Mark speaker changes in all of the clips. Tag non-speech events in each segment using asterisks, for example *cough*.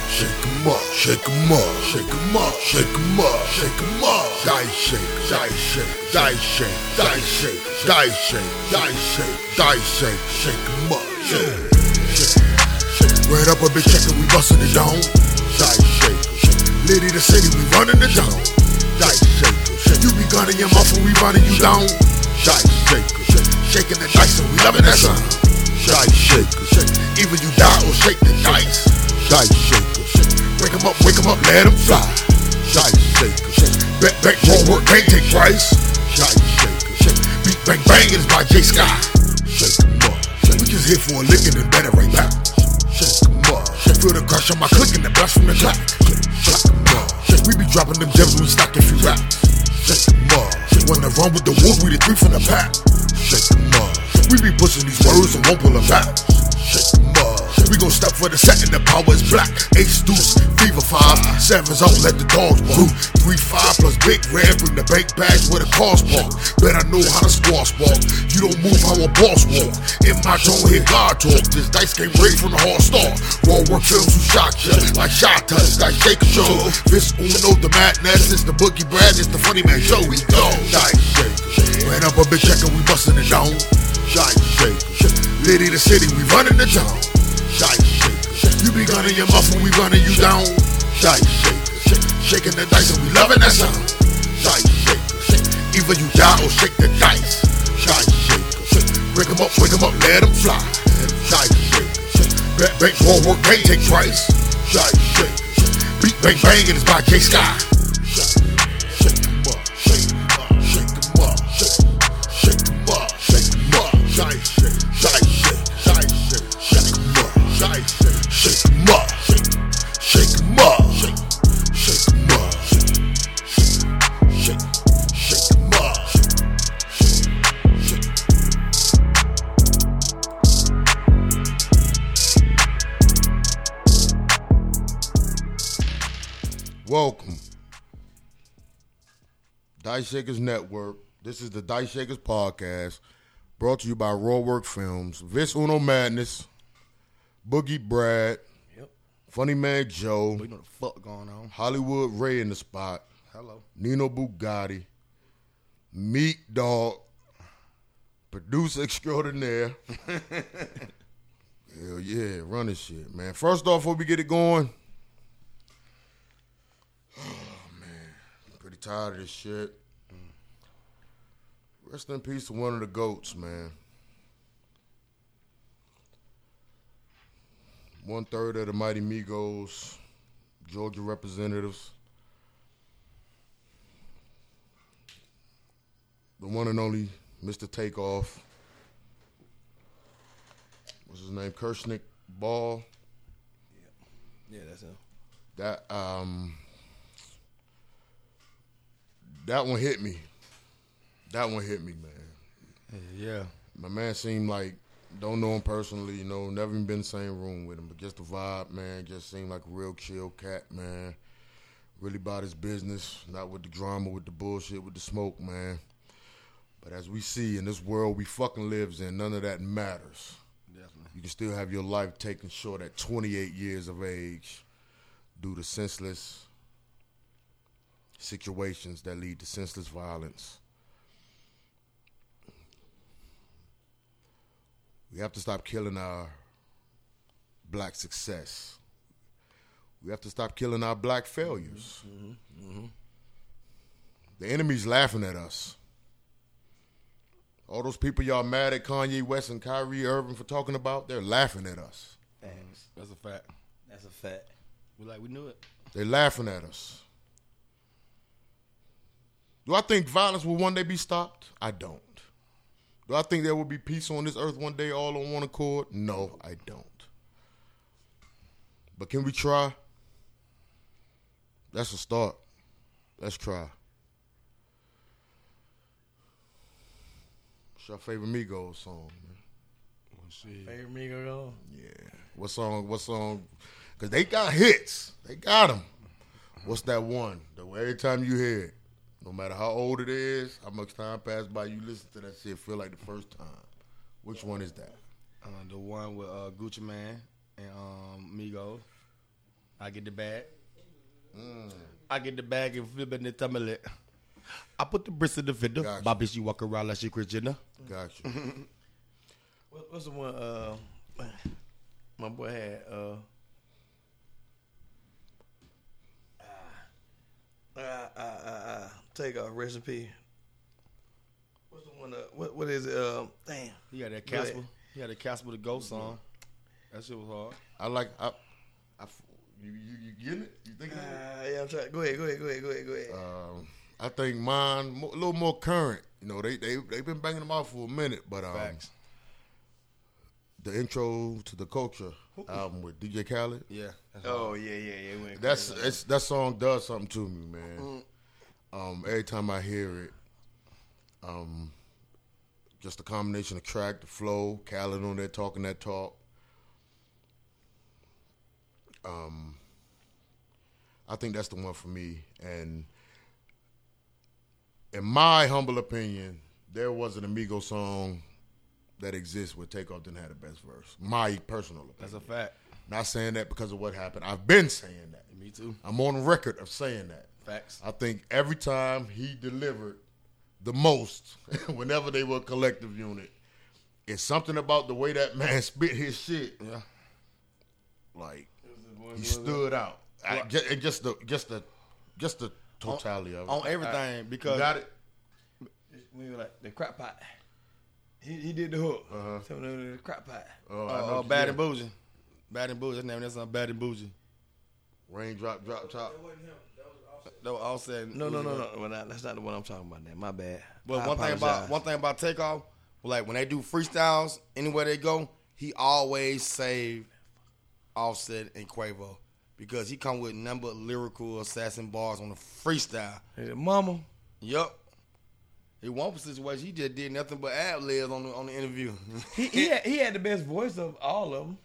Speaker 1: 'em up, shake 'em up, shake 'em up, shake 'em up, shake 'em up. Die shake, die shake, die shake, die shake, die shake, die shake, die shake, shake 'em up, shake, shake, shake. Red up a bitch, shake it, we bustin' the zone. Die shake, shake. Liddy the city, we runnin' the zone. Die shake, shake. You be gunning your mouth and we running you down. Die shake, shake. Shaking the dice and we loving that sun. Die shake, shake. Even you die or shake the dice. Dice shaker, shake. Wake 'em up, wake 'em up, let 'em fly. Dice shaker, shake. Back, back, won't work, can't take price. Dice shaker, shake. Beat, bang, bang, it is by J Sky. Shake 'em up, shake. We just here for a lick and then better right back. Shake 'em up, shake. Feel the crush on my click and the blast from the track. Shake, shake 'em up, shake. We be dropping them gems, we stock if you rap. Shake 'em up, shake. When I run with the wolf, we the three from the pack. Shake 'em up, we be pushing these words and won't pull 'em back. Shake 'em up. We gon' step for the set and the power is black. Ace deuce, fever five, sevens out, let the dogs walk. Three five plus big red, bring the bank bags with a cars walk. Bet I know how to squash walk. You don't move how a boss walk. In my zone, hear God talk. This dice game raised from the hard start. Raw work films who shot ya, like shot us, like shake show. This Uno, the madness, it's the boogie Brad, it's the funny man show. We go dice shake. Ran up a bitch checker, we bustin' it down. Dice shake. Liddy the city, we runnin' the town. Dice shake. You be gunning your muff when we running you down. Dice shake. Shaking the dice and we loving that sound. Dice shake. Either you die or shake the dice. Dice shake. Break 'em up, break 'em up, let 'em fly. Dice shake. Back, back, war, work, bang, take price. Dice shake. Beat, bang, bang, and it's by K Sky. Shake 'em up, shake 'em up, shake 'em up, shake- shake 'em up, shake 'em up. Dice shake, dice shake, dice shake, shake 'em up, dice shake, shake 'em up, shake- shake 'em up, shake- shake 'em up, shake- shake- shake- shake 'em up, shake- shake- shake. Welcome. Dice Shakers Network. This is the Dice Shakers Podcast, brought to you by Raw Work Films, Vince Uno Madness, Boogie Brad,
Speaker 2: Yep.
Speaker 1: Funny Man Joe,
Speaker 2: We know the fuck going on.
Speaker 1: Hollywood Ray in the spot,
Speaker 2: Hello.
Speaker 1: Nino Bugatti, Meat Dog, Producer
Speaker 2: *laughs*
Speaker 1: Extraordinaire. Hell yeah, run this shit, man. First off, before we get it going, oh man, I'm pretty tired of this shit. Rest in peace to one of the goats, man. One third of the Mighty Migos, Georgia representatives. the one and only Mr. Takeoff. What's his name? Kershnick Ball.
Speaker 2: Yeah, that's him.
Speaker 1: That um that one hit me. That one hit me, man.
Speaker 2: Yeah.
Speaker 1: My man seemed like don't know him personally, you know, never even been in the same room with him, but just the vibe, man, just seemed like a real chill cat, man. Really about his business, not with the drama, with the bullshit, with the smoke, man. But as we see in this world we fucking lives in, none of that matters.
Speaker 2: Definitely.
Speaker 1: You can still have your life taken short at 28 years of age due to senseless situations that lead to senseless violence. We have to stop killing our black success. We have to stop killing our black failures.
Speaker 3: Mm-hmm.
Speaker 1: The enemy's laughing at us. All those people y'all mad at Kanye West and Kyrie Irving for talking about, they're laughing at us.
Speaker 3: Facts.
Speaker 2: That's a fact.
Speaker 3: That's a fact.
Speaker 2: We like we knew it.
Speaker 1: They're laughing at us. Do I think violence will one day be stopped? I don't. Do I think there will be peace on this earth one day, all on one accord? No, I don't. But can we try? That's a start. Let's try. What's your favorite Migos song? Man?
Speaker 3: Favorite Migo though?
Speaker 1: Yeah. What song? What song? Because they got hits. They got them. What's that one? The every time you hear it, no matter how old it is, how much time passed by, you listen to that shit, feel like the first time. Which one is that?
Speaker 2: Uh, the one with uh, Gucci Man and um, Migos. I get the bag. Mm. I get the bag and flip it in the tumble it. I put the bricks in the fender.
Speaker 1: Gotcha.
Speaker 2: Bobby, she walk around like she Christina.
Speaker 1: Gotcha.
Speaker 3: What, what's the one? Uh, my boy had. Uh, ah, ah, ah, ah, ah. take a recipe. What's the one? Uh, what what is it? Um, damn.
Speaker 2: He had that
Speaker 3: Yeah.
Speaker 2: Casper. He had a Casper the Ghost song. That shit was hard.
Speaker 1: I like. I, I f- you, you, you getting it? You thinking? of it?
Speaker 3: Ah, yeah, I'm trying. Go ahead, go ahead, go ahead, go ahead, go
Speaker 2: Uh,
Speaker 3: ahead.
Speaker 1: Um, I think mine mo- a little more current. You know, they they they've been banging them out for a minute, but um,
Speaker 2: Facts.
Speaker 1: the intro to the culture album with DJ Khaled.
Speaker 2: Yeah. That's
Speaker 3: oh yeah, yeah, yeah. it Went
Speaker 1: That's
Speaker 3: crazy.
Speaker 1: it's, that song does something to me, man. Um, every time I hear it, um, just the combination of track, the flow, Khaled on there talking that talk. Um, I think that's the one for me. And in my humble opinion, there was an Amigo song that exists where Takeoff didn't have the best verse. My personal opinion.
Speaker 2: that's a fact.
Speaker 1: Not saying that because of what happened. I've been saying that.
Speaker 2: Me too.
Speaker 1: I'm on record of saying that.
Speaker 2: Facts.
Speaker 1: I think every time he delivered the most, *laughs* whenever they were a collective unit, it's something about the way that man *laughs* spit his shit.
Speaker 2: Yeah.
Speaker 1: Like he stood out. I, ju- and just the just the just the totality of it.
Speaker 2: On everything
Speaker 1: You
Speaker 2: because
Speaker 1: got it.
Speaker 3: we were like the crap pot. He, he did the hook. Uh-huh. The crap pot.
Speaker 1: Oh, I know
Speaker 2: uh, uh,
Speaker 1: what you
Speaker 2: Bad
Speaker 1: mean.
Speaker 2: and Bougie. Bad and Bougie. That's name. That's not Bad and Bougie.
Speaker 1: Raindrop, drop top.
Speaker 2: That was all said.
Speaker 3: No, no, no, no. Well, not, that's not the one I'm talking about. That my bad.
Speaker 2: But
Speaker 3: I
Speaker 2: one thing about
Speaker 3: apologize.
Speaker 2: one thing about Takeoff, like when they do freestyles, anywhere they go, he always saved Offset and Quavo because he come with number of lyrical assassin bars on the freestyle.
Speaker 3: Hey, Mama.
Speaker 2: Yup. He won for situation. He just did nothing but ad libs on the on the interview.
Speaker 3: He he had, he had the best voice of all of them.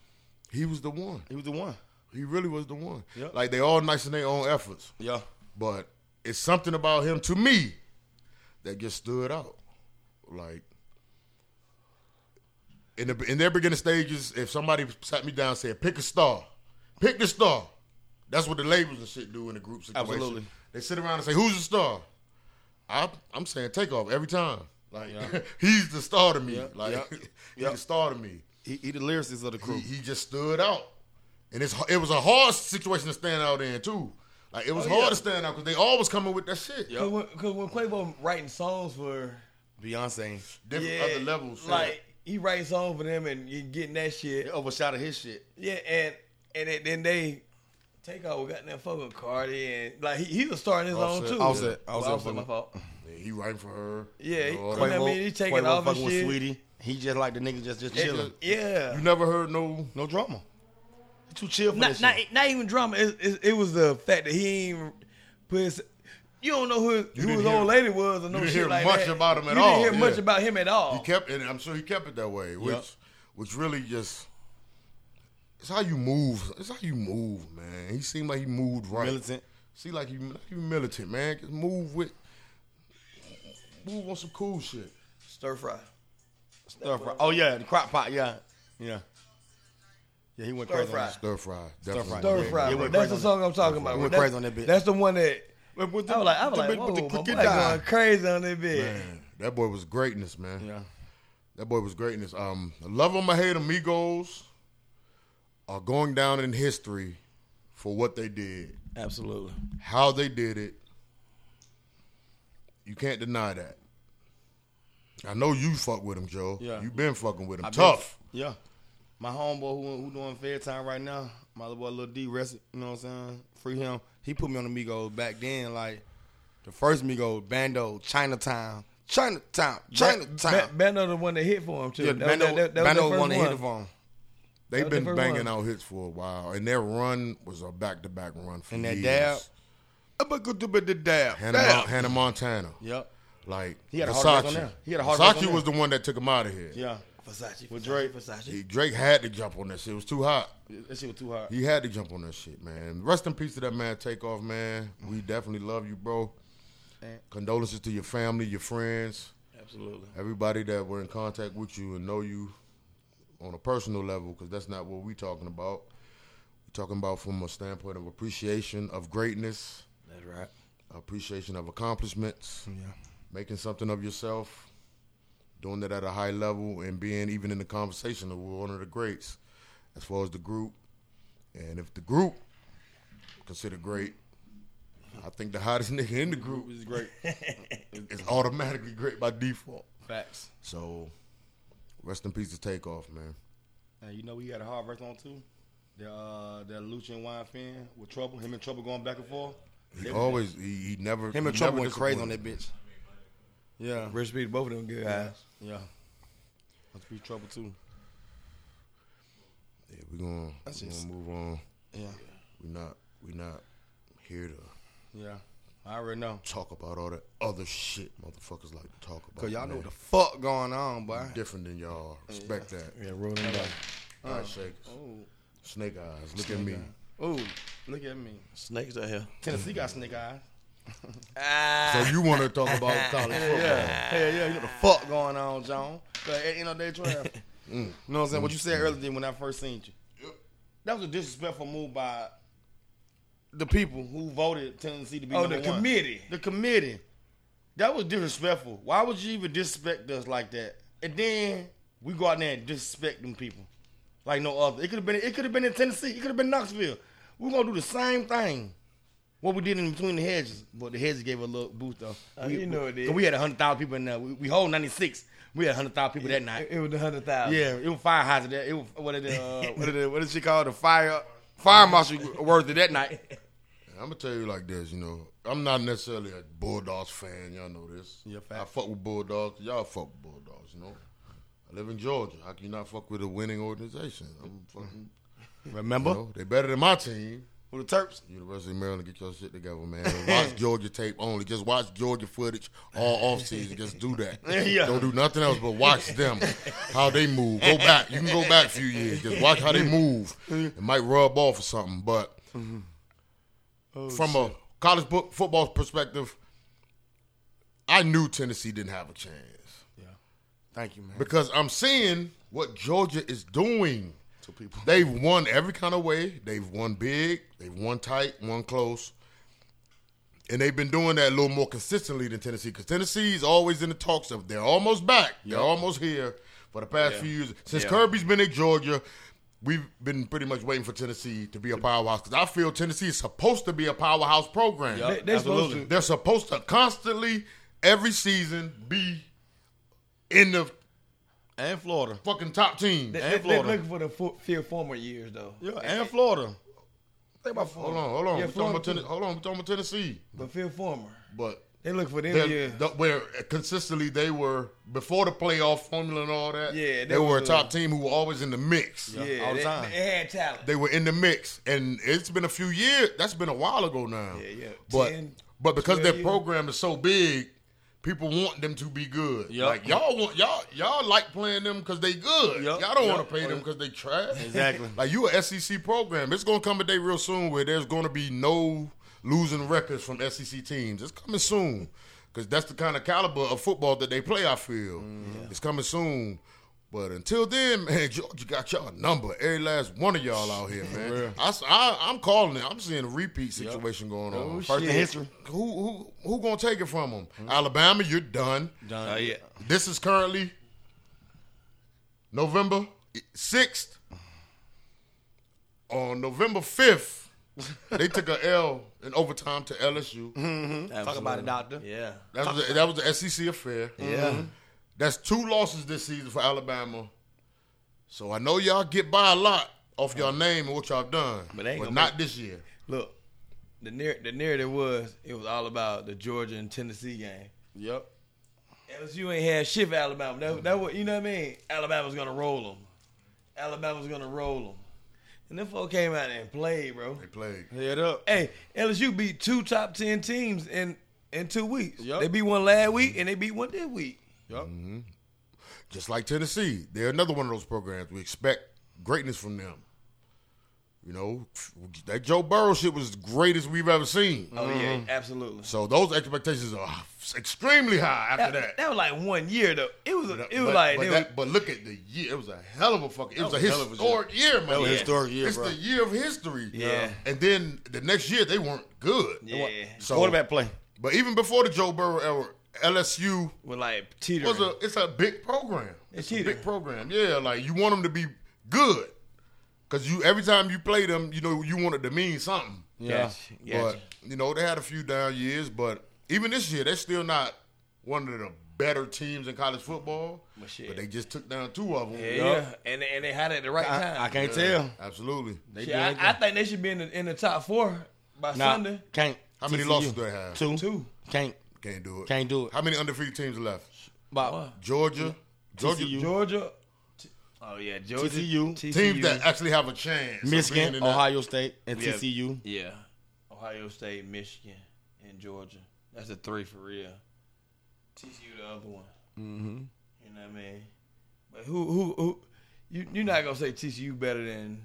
Speaker 1: He was the one.
Speaker 2: *laughs* he was the one.
Speaker 1: He really was the one.
Speaker 2: Yep.
Speaker 1: Like they all nice in their own efforts.
Speaker 2: Yeah.
Speaker 1: but it's something about him to me that just stood out. Like in the in their beginning stages, if somebody sat me down and said, "Pick a star, pick the star," that's what the labels and shit do in the group situation.
Speaker 2: Absolutely.
Speaker 1: they sit around and say, "Who's the star?" I, I'm saying takeoff every time. Like *laughs* he's the star to me.
Speaker 2: Yeah,
Speaker 1: Like
Speaker 2: yeah,
Speaker 1: *laughs* he's
Speaker 2: yeah.
Speaker 1: the star to me.
Speaker 2: He, he the lyricist of the crew.
Speaker 1: He, he just stood out, and it's it was a hard situation to stand out in too. Like it was
Speaker 3: Oh,
Speaker 1: hard
Speaker 3: yeah.
Speaker 1: to stand out because they always coming with that shit.
Speaker 2: Yeah.
Speaker 3: Cause when, cause when Quavo writing songs for
Speaker 2: Beyonce.
Speaker 1: Different
Speaker 3: yeah,
Speaker 1: other levels. so-
Speaker 3: like he writes songs for them and you getting that
Speaker 2: He
Speaker 3: shit.
Speaker 2: overshadowed his shit.
Speaker 3: Yeah, and and it, then they take out got that fucking Cardi and like he, he's a star in his
Speaker 1: Offset.
Speaker 3: own too.
Speaker 2: Offset.
Speaker 3: Well,
Speaker 2: Offset
Speaker 3: Offset
Speaker 2: for
Speaker 3: my
Speaker 2: me.
Speaker 1: *laughs*
Speaker 3: fault.
Speaker 1: Yeah, he writing for her.
Speaker 3: Yeah,
Speaker 1: you, know, all
Speaker 3: Quavo-
Speaker 1: that.
Speaker 3: I mean, he taking off
Speaker 2: fucking
Speaker 3: his
Speaker 2: with
Speaker 3: shit.
Speaker 2: Sweetie. He just like the nigga just just
Speaker 3: And-
Speaker 2: chilling.
Speaker 3: yeah.
Speaker 1: you never heard no.
Speaker 2: No drama. He too chill for
Speaker 3: not,
Speaker 2: this
Speaker 3: not,
Speaker 2: shit.
Speaker 3: not even drama. It, it, it was the fact that he ain't put his. You don't know who, who
Speaker 1: didn't
Speaker 3: his
Speaker 1: hear-
Speaker 3: old lady was or no
Speaker 1: didn't
Speaker 3: shit
Speaker 1: hear
Speaker 3: like
Speaker 1: much
Speaker 3: that.
Speaker 1: about him at
Speaker 3: you
Speaker 1: all.
Speaker 3: didn't hear much
Speaker 1: Yeah.
Speaker 3: about him at all.
Speaker 1: He kept, and I'm sure he kept it that way, which, which really just. It's how you move. It's how you move, man. He seemed like he moved right.
Speaker 2: Militant.
Speaker 1: See, like he, like he militant, man. Just move with, move on some cool shit.
Speaker 3: Stir fry.
Speaker 2: Stir fry. Oh yeah, the crock pot. Yeah, yeah, yeah. He went
Speaker 3: Stir
Speaker 2: crazy. on
Speaker 3: fry.
Speaker 2: that shit.
Speaker 1: Stir fry, definitely.
Speaker 2: fry.
Speaker 3: Stir
Speaker 2: Yeah,
Speaker 3: fry.
Speaker 2: yeah,
Speaker 3: bro.
Speaker 2: went
Speaker 3: That's
Speaker 2: crazy
Speaker 3: the
Speaker 2: on
Speaker 3: song I'm talking about.
Speaker 2: Went
Speaker 3: bro.
Speaker 2: crazy
Speaker 3: That's-
Speaker 2: on that bitch.
Speaker 3: That's the one that
Speaker 2: I was
Speaker 3: I was like, I was like, whoa, my boy going crazy on that bitch.
Speaker 1: Man, that boy was greatness, man.
Speaker 2: Yeah,
Speaker 1: That boy was greatness. Um, love him or hate him, Migos are going down in history for what they did,
Speaker 3: Absolutely.
Speaker 1: how they did it. You can't deny that. I know you fuck with him, Joe.
Speaker 2: Yeah.
Speaker 1: you been fucking with him.
Speaker 2: I been-
Speaker 1: Tough.
Speaker 2: yeah. My homeboy who who doing fair time right now, my little boy Lil D, rest. You know what I'm saying? Free him. He put me on the Migos back then, like the first Migos, Bando, Chinatown, Chinatown, Chinatown.
Speaker 3: Ba- Bando the one that hit for him too.
Speaker 2: yeah,
Speaker 3: That was-
Speaker 2: Bando,
Speaker 3: that- that was the
Speaker 2: Bando
Speaker 3: first
Speaker 2: won the
Speaker 3: one.
Speaker 2: hit of him.
Speaker 1: They've
Speaker 3: That was
Speaker 1: been
Speaker 3: the first
Speaker 1: banging
Speaker 3: one.
Speaker 1: out hits for a while, and their run was a back-to-back run for
Speaker 2: And that
Speaker 1: years.
Speaker 2: dab. I'm gonna go do the dab.
Speaker 1: Hannah, Mon-
Speaker 2: dab.
Speaker 1: Hannah Montana,
Speaker 2: Yep.
Speaker 1: like
Speaker 2: He had a hard rock
Speaker 1: Versace.
Speaker 2: on there. He had a hard rock
Speaker 1: Versace
Speaker 2: on there.
Speaker 1: was the one that took him out of here.
Speaker 2: Yeah.
Speaker 3: Versace.
Speaker 2: With Drake.
Speaker 3: Versace.
Speaker 1: He- Drake had to jump on that shit. It was too hot.
Speaker 2: That shit was too hard.
Speaker 1: He had to jump on that shit, man. Rest in peace to that man, Takeoff, man. We definitely love you, bro. Condolences to your family, your friends,
Speaker 3: Absolutely.
Speaker 1: everybody that were in contact with you and know you on a personal level, because that's not what we talking about. talking about from a standpoint of appreciation of greatness,
Speaker 2: That's right.
Speaker 1: appreciation of accomplishments,
Speaker 2: Yeah.
Speaker 1: making something of yourself, doing it at a high level, and being even in the conversation of one of the greats as far as the group. And if the group considered great, I think the hottest *laughs* nigga in the group
Speaker 2: Group is *laughs* great.
Speaker 1: is automatically great by default.
Speaker 2: Facts.
Speaker 1: So, rest in peace to Takeoff, man.
Speaker 2: And you know we got a hard verse on too. The uh, the Lucian Wine fan with Trouble, him and Trouble going back and forth.
Speaker 1: He always, he, he never.
Speaker 2: Him and
Speaker 1: he
Speaker 2: Trouble
Speaker 1: never
Speaker 2: Oh, went crazy on
Speaker 1: disappointed.
Speaker 2: that bitch. Yeah,
Speaker 3: Recipe to both of them good guys.
Speaker 2: yeah. Must be Trouble too.
Speaker 1: Yeah, we're gonna,
Speaker 2: That's
Speaker 1: we
Speaker 2: just-
Speaker 1: gonna move on.
Speaker 2: Yeah,
Speaker 1: We're not we not here to
Speaker 2: yeah. I already know.
Speaker 1: talk about all that other shit motherfuckers like to talk about.
Speaker 2: Cause y'all know
Speaker 1: man.
Speaker 2: what the fuck going on, boy.
Speaker 1: different than y'all. Respect that.
Speaker 3: Yeah, rolling back.
Speaker 1: All right, shakers.
Speaker 2: Oh,
Speaker 1: Snake eyes. Look at me.
Speaker 2: oh, look at me.
Speaker 3: Snakes out here.
Speaker 2: Tennessee got snake eyes.
Speaker 1: So you want to talk about college football?
Speaker 2: Yeah, yeah, yeah. You know the fuck going on, John. Cause at the end of the day, Trav. You know what I'm saying? What you said earlier then when I first seen you. That was a disrespectful move by the people who voted Tennessee to be
Speaker 3: Oh,
Speaker 2: number
Speaker 3: the
Speaker 2: one.
Speaker 3: committee.
Speaker 2: The committee. That was disrespectful. Why would you even disrespect us like that? And then we go out there and disrespect them people. Like no other. It could have been it could have been in Tennessee. It could have been Knoxville. We're gonna do the same thing. What we did in between the hedges. But the hedges gave a little boost though.
Speaker 3: Oh,
Speaker 2: we,
Speaker 3: you know it
Speaker 2: we-
Speaker 3: is.
Speaker 2: so we had hundred thousand people in there. We, we hold ninety six. We had hundred thousand people that night.
Speaker 3: It, it was the hundred thousand.
Speaker 2: Yeah, it was fire hazard. It was what it,
Speaker 3: *laughs*
Speaker 2: uh, what it, what is she called the fire fire marshal worth it that night.
Speaker 1: I'm gonna tell you like this, you know, I'm not necessarily a Bulldogs fan. Y'all know this.
Speaker 2: Yeah,
Speaker 1: I
Speaker 2: facts.
Speaker 1: fuck with Bulldogs. Y'all fuck with Bulldogs. You know, I live in Georgia. How can you not fuck with a winning organization? I'm fucking.
Speaker 2: Remember
Speaker 1: You know, they better than my team.
Speaker 2: with the Terps?
Speaker 1: University of Maryland, get your shit together, man. Watch Georgia tape only. Just watch Georgia footage all off season. Just do that.
Speaker 2: Yeah.
Speaker 1: Don't do nothing else but watch them, how they move. Go back. You can go back a few years. Just watch how they move. It might rub off or something. But from a college bo- football perspective, I knew Tennessee didn't have a chance
Speaker 2: Yeah. Thank you, man.
Speaker 1: because I'm seeing what Georgia is doing.
Speaker 2: to people.
Speaker 1: *laughs* They've won every kind of way. They've won big. They've won tight. Won close. And they've been doing that a little more consistently than Tennessee because Tennessee's always in the talks of they're almost back. They're almost here for the past few years. Since Kirby's been at Georgia, we've been pretty much waiting for Tennessee to be a powerhouse because I feel Tennessee is supposed to be a powerhouse program.
Speaker 2: Yup.
Speaker 3: They, they supposed
Speaker 2: Absolutely.
Speaker 3: to.
Speaker 1: They're supposed to constantly, every season, be in the
Speaker 2: And Florida.
Speaker 1: fucking top team.
Speaker 3: They,
Speaker 2: And
Speaker 3: they, they're
Speaker 2: Florida.
Speaker 3: looking for the fo- few former years though.
Speaker 2: Yeah, and Florida.
Speaker 3: Think about
Speaker 1: Hold on, hold on.
Speaker 3: Yeah,
Speaker 1: We're talking about
Speaker 3: Florida
Speaker 1: Tennessee. Hold on, we're talking about Tennessee.
Speaker 3: But Phil Former.
Speaker 1: But
Speaker 3: They look for
Speaker 1: they're-
Speaker 3: them years.
Speaker 1: the- where consistently they were before the playoff formula and all that.
Speaker 3: Yeah,
Speaker 1: they,
Speaker 3: they
Speaker 1: were a
Speaker 3: was, uh,
Speaker 1: top team who were always in the mix.
Speaker 3: Yeah,
Speaker 2: all the
Speaker 3: they,
Speaker 2: time.
Speaker 3: they had talent.
Speaker 1: They were in the mix, and it's been a few years. That's been a while ago now.
Speaker 3: Yeah, yeah.
Speaker 1: But
Speaker 3: 10,
Speaker 1: but because their
Speaker 3: 12 years.
Speaker 1: program is so big, people want them to be good.
Speaker 2: Yup.
Speaker 1: Like y'all want y'all y'all like playing them because they good.
Speaker 2: Yup,
Speaker 1: Y'all don't
Speaker 2: yup.
Speaker 1: want to play them because they trash.
Speaker 2: *laughs* Exactly.
Speaker 1: Like you a SEC program. It's gonna come a day real soon where there's gonna be no losing records from SEC teams. It's coming soon. Cause that's the kind of caliber of football that they play, I feel. It's coming soon. But until then, *laughs* man, Georgia got y'all number. Every last one of y'all out here, man. I, am calling it. I'm seeing a repeat situation going on.
Speaker 2: First in history.
Speaker 1: Who who who gonna take it from them? Alabama, you're done.
Speaker 2: Done.
Speaker 3: Oh yeah.
Speaker 1: This is currently November 6th. On November 5th, they took a L in overtime to LSU.
Speaker 3: Mm-hmm. Talk
Speaker 2: about it, doctor.
Speaker 3: Yeah.
Speaker 1: That was a, that was the SEC affair. Mm-hmm.
Speaker 3: Yeah.
Speaker 1: That's two losses this season for Alabama. So I know y'all get by a lot off y'all name and what y'all done,
Speaker 3: Uh-huh. But
Speaker 1: but,
Speaker 3: they ain't gonna
Speaker 1: not this year.
Speaker 3: Look, the narr- the narrative was it was all about the Georgia and Tennessee game.
Speaker 2: Yep.
Speaker 3: LSU ain't had shit for Alabama. That, that what you know what I mean? Alabama's gonna roll them. Alabama's gonna roll them. And them folk came out and played, bro.
Speaker 1: They played.
Speaker 2: Head up.
Speaker 3: Hey, LSU beat two top ten teams in in two weeks.
Speaker 2: Yup.
Speaker 3: They beat one last week and they beat one this week.
Speaker 2: Yep.
Speaker 1: just like Tennessee, they're another one of those programs. We expect greatness from them. You know, that Joe Burrow shit was as great as we've ever seen.
Speaker 3: Oh yeah,
Speaker 2: Mm-hmm.
Speaker 3: absolutely.
Speaker 1: So those expectations are *laughs* extremely high after that.
Speaker 3: was like one year though. It was
Speaker 1: But- uh,
Speaker 3: it was
Speaker 1: but-
Speaker 3: like
Speaker 1: but,
Speaker 3: they
Speaker 1: that- but look at the year. It was a hell of a fucking. It was,
Speaker 2: was
Speaker 1: a
Speaker 2: a hell of a
Speaker 1: historic year, man.
Speaker 2: was a
Speaker 1: Yeah.
Speaker 2: historic year,
Speaker 1: It's
Speaker 2: bro.
Speaker 1: the year of history.
Speaker 3: Yeah.
Speaker 1: And then the next year they weren't good.
Speaker 3: were- yeah.
Speaker 1: So,
Speaker 2: Quarterback play.
Speaker 1: But even before the Joe Burrow era, LSU
Speaker 3: were like teetering.
Speaker 1: was a. It's a big program. It's a
Speaker 3: either.
Speaker 1: big program. Yeah, like you want them to be good, because you every time you play them, you know you want it to mean something.
Speaker 2: Yeah.
Speaker 3: Gotcha.
Speaker 1: But you know they had a few down years, but even this year they're still not one of the better teams in college football.
Speaker 3: Well, shit.
Speaker 1: But they just took down two of them.
Speaker 3: yeah, yeah. and and they had it at the right time.
Speaker 2: I, I can't tell.
Speaker 1: Absolutely.
Speaker 2: They
Speaker 3: Shit, I, I think they should be in the, in the top four by
Speaker 2: nah,
Speaker 3: Sunday.
Speaker 2: Can't.
Speaker 1: How many
Speaker 2: TCU.
Speaker 1: losses do they have?
Speaker 2: Two.
Speaker 3: Two.
Speaker 2: Can't.
Speaker 1: Can't do it.
Speaker 2: Can't do it.
Speaker 1: How many undefeated teams left?
Speaker 2: About
Speaker 1: Georgia. Georgia.
Speaker 2: TCU.
Speaker 3: Georgia. Oh yeah, Georgia.
Speaker 2: TCU,
Speaker 1: Teams that actually have a chance. of being in
Speaker 2: Michigan,
Speaker 1: that-
Speaker 2: Ohio State, and
Speaker 3: Yeah.
Speaker 2: TCU.
Speaker 3: Yeah. Ohio State, Michigan, and Georgia. That's a three for real. TCU the other one. Mm-hmm. You know what I mean? But who who who you you're not gonna say TCU better than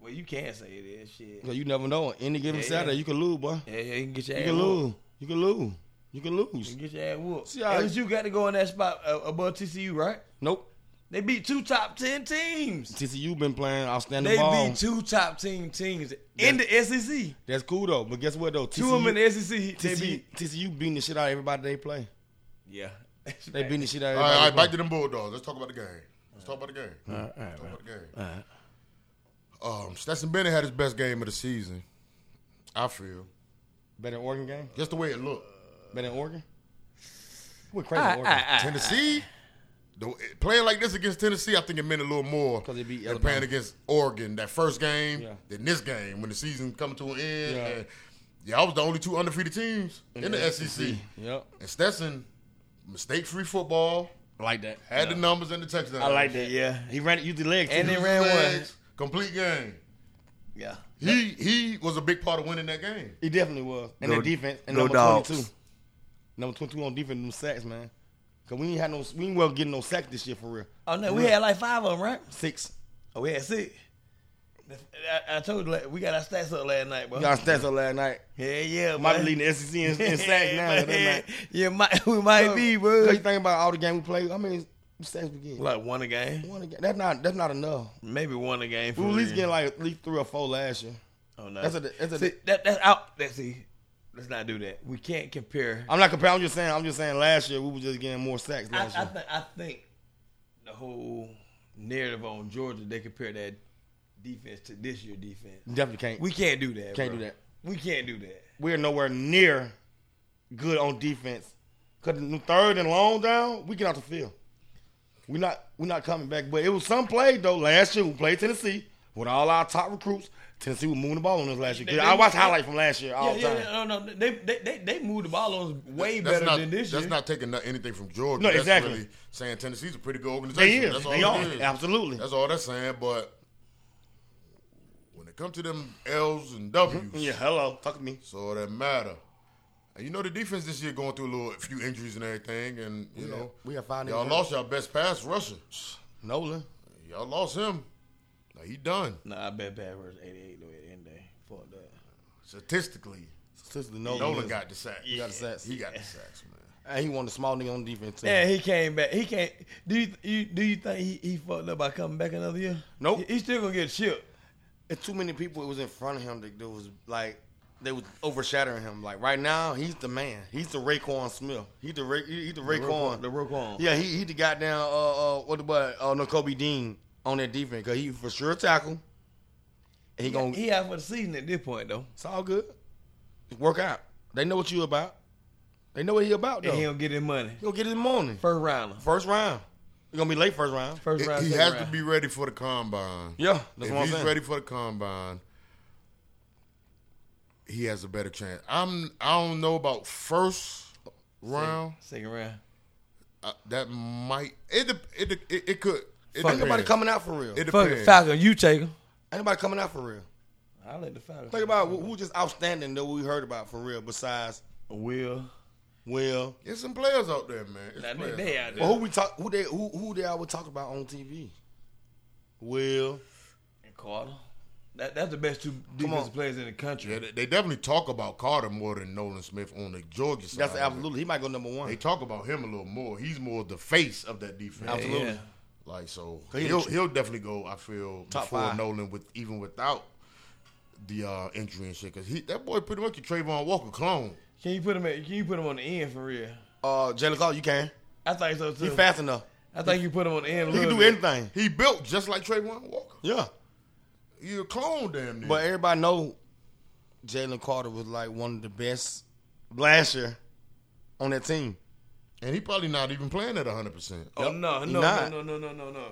Speaker 3: well you can say it is shit.
Speaker 2: Because you never know. Any given
Speaker 3: Yeah,
Speaker 2: Saturday,
Speaker 3: yeah.
Speaker 2: you can lose, boy.
Speaker 3: Yeah, yeah, you can get your
Speaker 2: You
Speaker 3: ass
Speaker 2: can
Speaker 3: whooped.
Speaker 2: lose. You can lose. You can
Speaker 3: You
Speaker 2: lose.
Speaker 3: can get your ass whooped.
Speaker 2: See how-
Speaker 3: At least you got to go in that spot uh, above TCU, right?
Speaker 2: Nope.
Speaker 3: They beat two top ten teams.
Speaker 2: TCU been playing outstanding
Speaker 3: They
Speaker 2: ball.
Speaker 3: beat two top ten teams in the SEC.
Speaker 2: That's cool though. But guess what though? TCU,
Speaker 3: Two of them in the SEC. They
Speaker 2: TCU,
Speaker 3: beat
Speaker 2: TCU beating the shit out of everybody they play.
Speaker 3: yeah.
Speaker 2: They beating the shit out of
Speaker 1: All right, all right,
Speaker 2: everybody.
Speaker 1: back to them Bulldogs. Let's talk about the game. Let's talk about the game.
Speaker 2: they play.
Speaker 1: Let's
Speaker 2: all
Speaker 1: talk
Speaker 2: right,
Speaker 1: about the game. Um, Stetson Bennett had his best game of the season. I feel.
Speaker 2: Better than Oregon game?
Speaker 1: Just the way it looked.
Speaker 2: Better than Oregon? We're crazy
Speaker 3: Ah,
Speaker 2: Oregon.
Speaker 3: ah, ah.
Speaker 1: Tennessee, the, playing like this against Tennessee, I think it meant a little more
Speaker 2: 'Cause they beat
Speaker 1: than
Speaker 2: Alabama.
Speaker 1: playing against Oregon that first game,
Speaker 2: Yeah.
Speaker 1: than this game when the season coming to an end.
Speaker 2: Yeah.
Speaker 1: And y'all was the only two undefeated teams in, the,
Speaker 3: E
Speaker 1: SEC.
Speaker 2: E Yep.
Speaker 1: And Stetson, mistake-free football,
Speaker 2: I like that.
Speaker 1: had the numbers and the touchdowns.
Speaker 2: I like that.
Speaker 3: Yeah.
Speaker 2: He ran it used the legs.
Speaker 3: And
Speaker 2: too.
Speaker 3: they
Speaker 1: Two
Speaker 3: ran one.
Speaker 1: sacks, Complete game.
Speaker 3: Yeah.
Speaker 1: He he was a big part of winning that game.
Speaker 2: He definitely was. And
Speaker 3: Go-
Speaker 2: their defense. And
Speaker 3: go
Speaker 2: number
Speaker 3: dogs.
Speaker 2: 22. Number 22 on defense, them sacks, man. Because we ain't had no, we ain't well getting no sacks this year for real.
Speaker 3: Oh no, we had like five of them, right?
Speaker 2: Six.
Speaker 3: Oh, we had six. I, I told you like, we got our stats up last night, bro.
Speaker 2: We got stats up last night.
Speaker 3: Yeah, yeah,
Speaker 2: Might be
Speaker 3: boy.
Speaker 2: leading the SEC in,
Speaker 3: *laughs*
Speaker 2: *laughs* in sacks now.
Speaker 3: Yeah,
Speaker 2: but they not.
Speaker 3: yeah, might, *laughs* we might be, bro.
Speaker 2: Cause you think about all the game we played. I mean, sacks we get.
Speaker 3: Like one a game,
Speaker 2: One a game. That's not. That's not enough.
Speaker 3: maybe one a game. For
Speaker 2: We were at least
Speaker 3: real.
Speaker 2: getting like at least three or four last year.
Speaker 3: Oh no,
Speaker 2: That's a. That's a.
Speaker 3: see, that, that's out. That's see, let's not do that. We can't compare.
Speaker 2: I'm not comparing. I'm just saying. I'm just saying. Last year we were just getting more sacks
Speaker 3: I, I,
Speaker 2: last year.
Speaker 3: think, I think the whole narrative on Georgia, they compare that defense to this year defense.
Speaker 2: Definitely can't. We
Speaker 3: We can't do that.
Speaker 2: Can't
Speaker 3: bro.
Speaker 2: do that.
Speaker 3: We can't do that.
Speaker 2: we're nowhere near good on defense. Cause the third and long down, we get out the field. We're not. We're not coming back. But it was some play though. Last year we played Tennessee with all our top recruits. Tennessee was moving the ball on us last year. 'Cause
Speaker 3: They-
Speaker 2: I
Speaker 3: they-
Speaker 2: watched
Speaker 3: they-
Speaker 2: highlight from last year all
Speaker 3: Yeah,
Speaker 2: the
Speaker 3: yeah,
Speaker 2: time.
Speaker 3: yeah, no, no, they they they, they moved the ball on us way
Speaker 1: That's
Speaker 3: better
Speaker 1: not,
Speaker 3: than this
Speaker 1: that's
Speaker 3: year.
Speaker 1: not taking no- anything from Georgia.
Speaker 2: No,
Speaker 1: that's
Speaker 2: exactly.
Speaker 1: Really saying Tennessee's a pretty good
Speaker 2: They
Speaker 1: organization.
Speaker 2: is.
Speaker 1: That's all
Speaker 2: They
Speaker 1: it
Speaker 2: are.
Speaker 1: is.
Speaker 2: Absolutely.
Speaker 1: That's all that's saying. But when it comes to them L's and W's,
Speaker 2: Mm-hmm. Yeah, hello. Talk to me.
Speaker 1: so that matter. And you know the defense this year going through a little, a few injuries and everything, and you
Speaker 2: We
Speaker 1: know
Speaker 2: have- we have five
Speaker 1: Y'all
Speaker 2: niggas
Speaker 1: lost y'all best pass rusher.
Speaker 2: Nolan.
Speaker 1: Y'all lost him. Now he done
Speaker 3: Nah, I bet Bad versus 88 though at the end of the day. Fuck that.
Speaker 1: statistically.
Speaker 2: Sister Nolan.
Speaker 1: Nolan
Speaker 2: is-
Speaker 1: got the sacks.
Speaker 2: Oh, He got the sacks.
Speaker 1: He got the sacks, man.
Speaker 2: And he won the small nigga on defense too.
Speaker 3: Yeah, he came back. He can't. Do you, you do you think he, he fucked up by coming back another year?
Speaker 2: Nope.
Speaker 3: He, he's still gonna get shipped.
Speaker 2: And too many people it was in front of him that, that was like they was overshadowing him. Like right now, he's the man. He's the Raekwon Smith. He the Ray, he, he the Raekwon.
Speaker 3: The Roquan.
Speaker 2: yeah, he he the goddamn uh uh what the but uh no Kobe Dean on that defense because he for sure tackle. And he gonna
Speaker 3: He out for the season at this point though.
Speaker 2: it's all good. Work out. They know what you about. They know what he about though.
Speaker 3: And he
Speaker 2: He'll,
Speaker 3: don't get his money.
Speaker 2: he'll get his morning.
Speaker 3: First rounder.
Speaker 2: First round. He gonna be late first round.
Speaker 3: First round.
Speaker 1: He
Speaker 3: second
Speaker 1: has to
Speaker 3: round.
Speaker 1: be ready for the combine.
Speaker 2: Yeah, that's
Speaker 1: if
Speaker 2: what I'm
Speaker 1: he's
Speaker 2: saying.
Speaker 1: ready for the combine, he has a better chance. I'm I don't know about first round.
Speaker 3: second round.
Speaker 1: Uh, that might it dep- it dep- it, it could. It
Speaker 2: Ain't nobody
Speaker 1: depends.
Speaker 2: coming out for real.
Speaker 1: It
Speaker 2: Ain't
Speaker 3: Fuck it,
Speaker 1: depends.
Speaker 3: Falcon. You take him.
Speaker 2: nobody coming out for real.
Speaker 3: I let the Falcon.
Speaker 2: Think about who who just outstanding that we heard about for real. Besides,
Speaker 3: Will.
Speaker 2: Will,
Speaker 1: There's some players out there, man. It's
Speaker 3: Nah, they,
Speaker 1: players
Speaker 3: they
Speaker 1: out
Speaker 3: out there.
Speaker 2: well, who we talk, who they, who who they always talk about on TV. Will,
Speaker 3: And Carter. That, that's the best two defensive players in the country.
Speaker 1: Yeah, they, they definitely talk about Carter more than Nolan Smith on the Georgia side.
Speaker 2: That's
Speaker 1: of it.
Speaker 2: absolutely. He might go number
Speaker 1: They
Speaker 2: one.
Speaker 1: talk about him a little more. He's more the face of that defense.
Speaker 2: Absolutely.
Speaker 3: Yeah.
Speaker 1: Like so,
Speaker 2: he-
Speaker 1: he'll he'll definitely go. I feel
Speaker 2: Top
Speaker 1: before
Speaker 2: five.
Speaker 1: Nolan with even without the uh, injury and shit because he that boy pretty much a Trayvon Walker clone.
Speaker 3: Can you put him? At, can you put him on the end for real?
Speaker 2: Uh, Jalen Carter, you can.
Speaker 3: I think so too.
Speaker 2: He fast enough.
Speaker 3: I think you put him on the end. a
Speaker 2: He can
Speaker 3: little
Speaker 2: do
Speaker 3: bit.
Speaker 2: anything.
Speaker 1: He built just like Trayvon Walker.
Speaker 2: Yeah.
Speaker 1: He a clone, damn near.
Speaker 2: But everybody know Jalen Carter was like one of the best last year on that team.
Speaker 1: and he probably not even playing at hundred percent.
Speaker 3: Oh no,
Speaker 2: He
Speaker 3: no, no,
Speaker 2: not.
Speaker 3: no, no, no, no, no.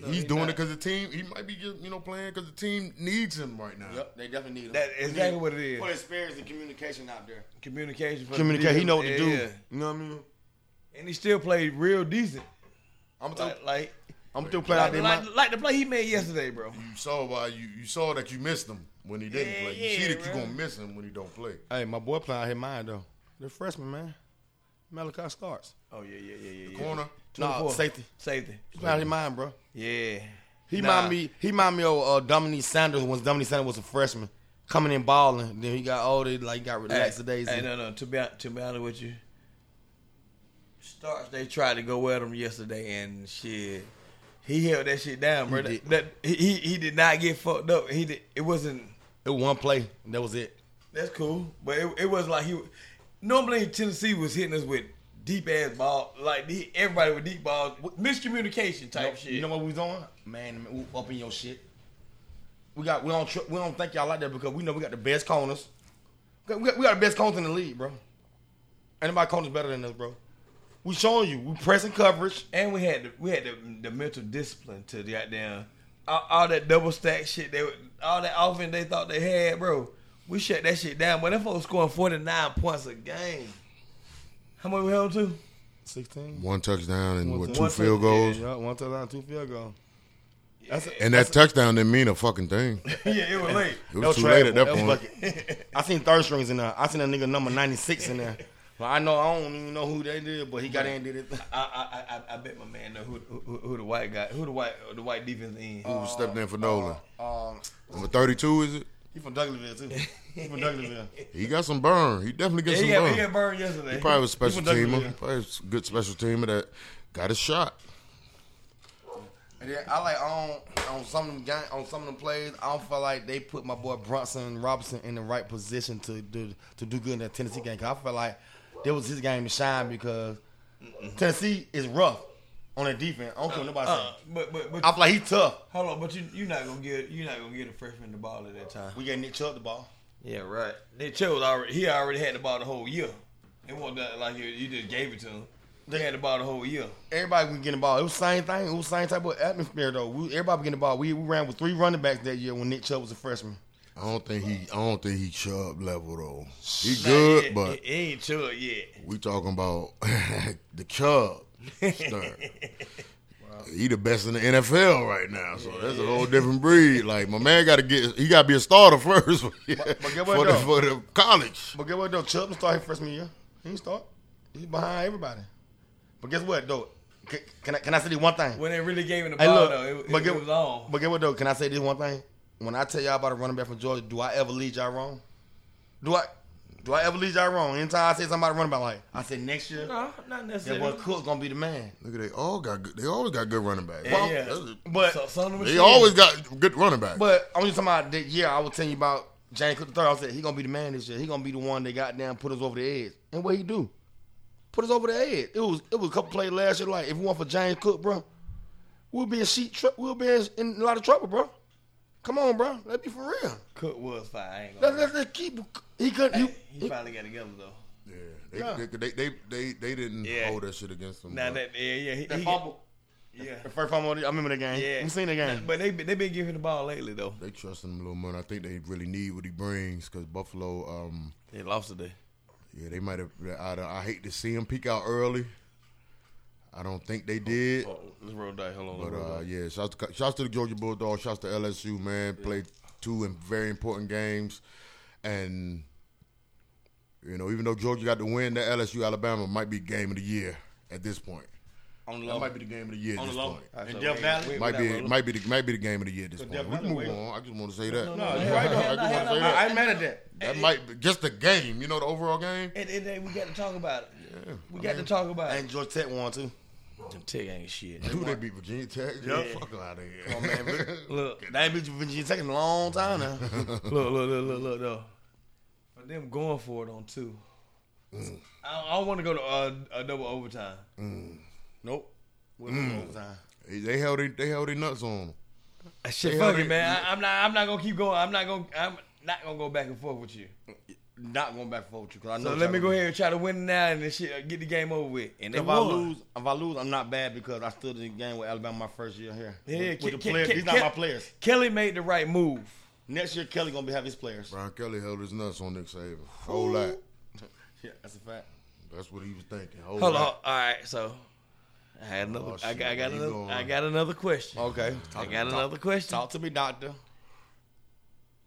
Speaker 3: No,
Speaker 1: He's
Speaker 3: he
Speaker 1: doing
Speaker 3: not.
Speaker 1: it 'cause it because the team. He might be just, you know playing because the team needs him right now.
Speaker 2: Yep, they definitely need him.
Speaker 3: That's exactly what it is.
Speaker 2: Put experience and communication out there.
Speaker 3: Communication. For the
Speaker 2: Communicate. He
Speaker 3: defense.
Speaker 2: know what to
Speaker 3: Yeah,
Speaker 2: do.
Speaker 3: yeah.
Speaker 2: You know what I mean?
Speaker 3: And he still played real decent.
Speaker 2: I'm still,
Speaker 3: Like, like,
Speaker 2: I'm still playing out
Speaker 3: like,
Speaker 2: there.
Speaker 3: like,
Speaker 2: my-
Speaker 3: like the play he made yesterday, bro.
Speaker 1: You saw why you you saw that you missed him when he didn't
Speaker 3: Yeah,
Speaker 1: play. You
Speaker 3: yeah,
Speaker 1: see that
Speaker 3: bro.
Speaker 1: you're gonna miss him when he don't play.
Speaker 2: Hey, my boy playing out here mine though. The freshman man, Malachi starts.
Speaker 3: Oh yeah, yeah, yeah, yeah. yeah.
Speaker 1: Corner.
Speaker 2: No
Speaker 3: 24.
Speaker 2: safety.
Speaker 3: Safety.
Speaker 2: He playing out here mine, bro.
Speaker 3: Yeah.
Speaker 2: He
Speaker 3: Nah.
Speaker 2: mind me. He mind me of uh, Dominique Sanders when Dominique Sanders was a freshman coming in balling. Then he got older, like he got relaxed
Speaker 3: Hey,
Speaker 2: days.
Speaker 3: Hey, no, no. To be hon- to be honest with you, starts they tried to go at him yesterday, and shit, he held that shit down, bro.
Speaker 2: did.
Speaker 3: That, that he he- he did not get fucked up. He did. It wasn't.
Speaker 2: It was one play. and That was it.
Speaker 3: That's cool, but it, it was like he. Normally Tennessee was hitting us with deep ass ball, like the, everybody with deep balls, miscommunication type shit.
Speaker 2: You know what we was doing? Man, man, we up in your shit. We got we don't tr- we don't think y'all like that because we know we got the best corners. We got, we got- we got the best corners in the league, bro. Anybody corners better than us, bro. We showing you. We pressing coverage.
Speaker 3: And we had the, we had the, the mental discipline to the goddamn all, all that double stack shit. They were- all that offense they thought they had, bro. We shut that shit down. But them folks scoring forty nine points a game. How many we held to? *laughs*
Speaker 2: Sixteen.
Speaker 1: One touchdown and what two
Speaker 3: touchdown.
Speaker 1: field
Speaker 3: One
Speaker 1: goals.
Speaker 3: touchdown.
Speaker 2: Yeah, one touchdown, two field goal.
Speaker 1: And that touchdown didn't mean a fucking thing. It
Speaker 3: yeah,
Speaker 1: *laughs*
Speaker 3: it was late.
Speaker 1: was, too late at that point.
Speaker 2: point. *laughs* I seen third strings in there. I seen a nigga number ninety six in there. But I know I don't even know who they did, but he got in and did it.
Speaker 3: I, I I I bet my man know who who, who the white guy who the white the white defense in.
Speaker 1: Who stepped in for
Speaker 2: *laughs*
Speaker 1: Nolan?
Speaker 2: Um,
Speaker 1: Number thirty-two is it?
Speaker 2: he from Douglasville too. He
Speaker 1: *laughs*
Speaker 2: from Douglasville.
Speaker 1: He got some burn. He definitely got
Speaker 3: Yeah,
Speaker 1: some
Speaker 3: he, got,
Speaker 1: burn.
Speaker 3: he got burned yesterday.
Speaker 1: He probably was a special
Speaker 2: He from Douglas,
Speaker 1: teamer.
Speaker 2: yeah.
Speaker 1: Probably was a good special teamer that got a shot.
Speaker 2: And then I like on on some of them game, on some of them plays. I don't feel like they put my boy Bronson Robinson in the right position to do to do good in that Tennessee game. 'Cause I feel like that was his game to shine because Tennessee is rough on their defense. I don't care what nobody
Speaker 3: Uh,
Speaker 2: say.
Speaker 3: but but but
Speaker 2: I feel like he tough.
Speaker 3: hold on, but you you're not gonna get you're not gonna get a freshman the ball at that time.
Speaker 2: We gave Nick Chubb the ball.
Speaker 3: Yeah, right. They chose already. He already had the ball the whole year. It wasn't that like you, you just gave it to him. They had the ball the whole year.
Speaker 2: Everybody was getting the ball. It was the same thing. It was the same type of atmosphere though. We, everybody was getting the ball. We, we ran with three running backs that year when Nick Chubb was a freshman.
Speaker 1: I don't think he. I don't think he Chubb level though. He good,
Speaker 3: It-
Speaker 1: but
Speaker 3: it, it ain't Chubb yet. *laughs*
Speaker 1: we talking about *laughs* the Chubb. Stern. He the best in the NFL right now, so that's a whole different breed. Like my man got to get, he got to be a starter *laughs* first for,
Speaker 2: but get what
Speaker 1: the,
Speaker 2: though?
Speaker 1: for the college.
Speaker 2: But guess what though? Chubb didn't start his freshman year. He didn't start. He's behind everybody. But guess what though? Can, can I can I say this one thing?
Speaker 3: When they really gave him the
Speaker 2: Hey,
Speaker 3: ball,
Speaker 2: look,
Speaker 3: though, it, it,
Speaker 2: but get-
Speaker 3: it was on.
Speaker 2: But guess what though? Can I say this one thing? When I tell y'all about a running back from Georgia, do I ever lead y'all wrong? Do I do I ever lead y'all wrong? Anytime I say somebody running back, like I said next year,
Speaker 3: no, not
Speaker 2: that
Speaker 3: necessarily.
Speaker 2: boy Cook's gonna be the man.
Speaker 1: Look at they all got, good, they always got good running backs.
Speaker 3: Yeah, yeah.
Speaker 1: That's a-
Speaker 2: But
Speaker 3: So- son of a
Speaker 1: They
Speaker 3: shit.
Speaker 1: always got good running backs.
Speaker 2: but I'm just talking about that year. I was telling you about James Cook the third. I said he gonna be the man this year. He gonna be the one that got down, put us over the edge. And what he do? Put us over the edge. It was it was a couple plays last year. Like if it weren't for James Cook, bro, we'll be in sheet. Tr- we'll be in, in a lot of trouble, bro. Come on, bro. Let's be for real.
Speaker 3: Cook was fine. I ain't
Speaker 2: Let's,
Speaker 3: gonna
Speaker 2: let's, let's keep. He could.
Speaker 3: lie.
Speaker 2: He,
Speaker 3: He finally got together though.
Speaker 1: yeah, they,
Speaker 2: Yeah.
Speaker 1: They, they, they, they, they didn't
Speaker 3: Yeah.
Speaker 1: hold that shit against them.
Speaker 3: Now
Speaker 1: bro.
Speaker 3: that yeah yeah he, he yeah
Speaker 2: The first fumble. I remember the game.
Speaker 3: yeah.
Speaker 2: We seen the game.
Speaker 3: But they they been giving the ball lately though.
Speaker 1: they trusting him a little more. and I think they really need what he brings because Buffalo. Um,
Speaker 3: They lost today.
Speaker 1: yeah, they might have. I, I hate to see him peak out early. I don't think they did.
Speaker 3: Oh, let's roll die. Hold on.
Speaker 1: But uh, yeah, shouts to, shouts to the Georgia Bulldogs. Shouts to LSU, man. Played two in very important games, and you know, even though Georgia got the win, that LSU Alabama might be game of the year at this point.
Speaker 2: on the
Speaker 1: That
Speaker 2: low.
Speaker 1: might be the game of the year. At
Speaker 2: on the
Speaker 1: this
Speaker 2: low.
Speaker 1: point.
Speaker 3: All right,
Speaker 2: And
Speaker 3: so
Speaker 2: Death
Speaker 3: we-
Speaker 2: Valley.
Speaker 3: we-
Speaker 1: Might be
Speaker 3: Whatever.
Speaker 1: might be the might be the game of the year at this point. We
Speaker 2: definitely
Speaker 1: can move
Speaker 2: wait.
Speaker 1: on. I just want to say that.
Speaker 2: No, you
Speaker 1: I
Speaker 2: right.
Speaker 1: just
Speaker 2: though.
Speaker 1: want to say
Speaker 3: no,
Speaker 2: I
Speaker 1: that.
Speaker 2: ain't mad at that.
Speaker 1: That might be just the game. You know the overall game.
Speaker 3: At the end of the day, we got to talk about it.
Speaker 1: Yeah.
Speaker 3: We got to talk about it.
Speaker 2: And George Tech won too.
Speaker 3: Them Tech ain't shit.
Speaker 1: Who they beat Virginia Tech? Yeah, *laughs* fuck out of here.
Speaker 2: on, man.
Speaker 3: Look,
Speaker 2: They ain't beat Virginia Tech in a long time now.
Speaker 3: look, look, look, look, look, though. But them going for it on two. I don't, I don't want to go to uh, a double overtime.
Speaker 2: *laughs* nope. We'll lose overtime.
Speaker 1: *laughs* They- they held their, they held their nuts on them.
Speaker 3: That shit,
Speaker 1: They
Speaker 3: fuck
Speaker 1: already-
Speaker 3: it, man. I, I'm not. I'm not gonna keep going. I'm not gonna. I'm not gonna go back and forth with you.
Speaker 2: Not going back and forth with you. 'cause I know
Speaker 3: So
Speaker 2: what
Speaker 3: let
Speaker 2: y'all
Speaker 3: me
Speaker 2: gonna
Speaker 3: go ahead and try to win now and this shit, uh, get the game over with. And they
Speaker 2: If I
Speaker 3: won.
Speaker 2: lose, if I lose, I'm not bad because I stood in the game with Alabama my first year here.
Speaker 3: Yeah,
Speaker 2: with,
Speaker 3: Ke-
Speaker 2: with the
Speaker 3: Ke-
Speaker 2: players,
Speaker 3: Ke-
Speaker 2: these not
Speaker 3: Ke-
Speaker 2: my players.
Speaker 3: Kelly made the right move.
Speaker 2: Next year, Kelly gonna be have his players.
Speaker 1: Brian Kelly held his nuts on Nick Saban. Whole lot.
Speaker 2: Yeah, that's a fact.
Speaker 1: That's what he was thinking. Whole
Speaker 3: Hold on.
Speaker 1: lot.
Speaker 3: All Oh, right, so I had another.
Speaker 1: Oh,
Speaker 3: I,
Speaker 1: shit,
Speaker 3: got, I got
Speaker 1: where you
Speaker 3: another.
Speaker 1: going?
Speaker 3: I got another question.
Speaker 2: Okay,
Speaker 3: I got another question.
Speaker 2: Talk to me, doctor.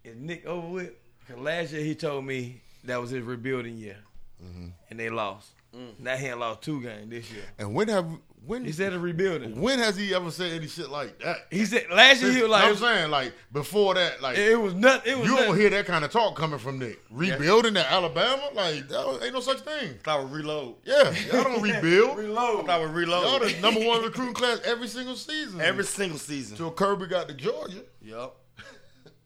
Speaker 3: Is Nick over with? Cause last year he told me that was his rebuilding year,
Speaker 1: Mm-hmm.
Speaker 3: and they lost. Now he ain't lost two games this year.
Speaker 1: And when have when
Speaker 3: He said a rebuilding.
Speaker 1: when has he ever said any shit like that?
Speaker 3: He said last year he was like,
Speaker 1: I'm saying like before that, like
Speaker 3: it was nothing. It was
Speaker 1: you don't
Speaker 3: nothing.
Speaker 1: hear that kind of talk coming from Nick. Rebuilding at Alabama, like that was- ain't no such thing.
Speaker 2: I would reload.
Speaker 3: *laughs*
Speaker 1: Yeah, y'all don't rebuild.
Speaker 2: Reload. I would
Speaker 1: Y'all
Speaker 2: reload
Speaker 1: the number one recruiting class every single season.
Speaker 2: *laughs* every single season.
Speaker 1: till Kirby got to Georgia.
Speaker 2: Yup.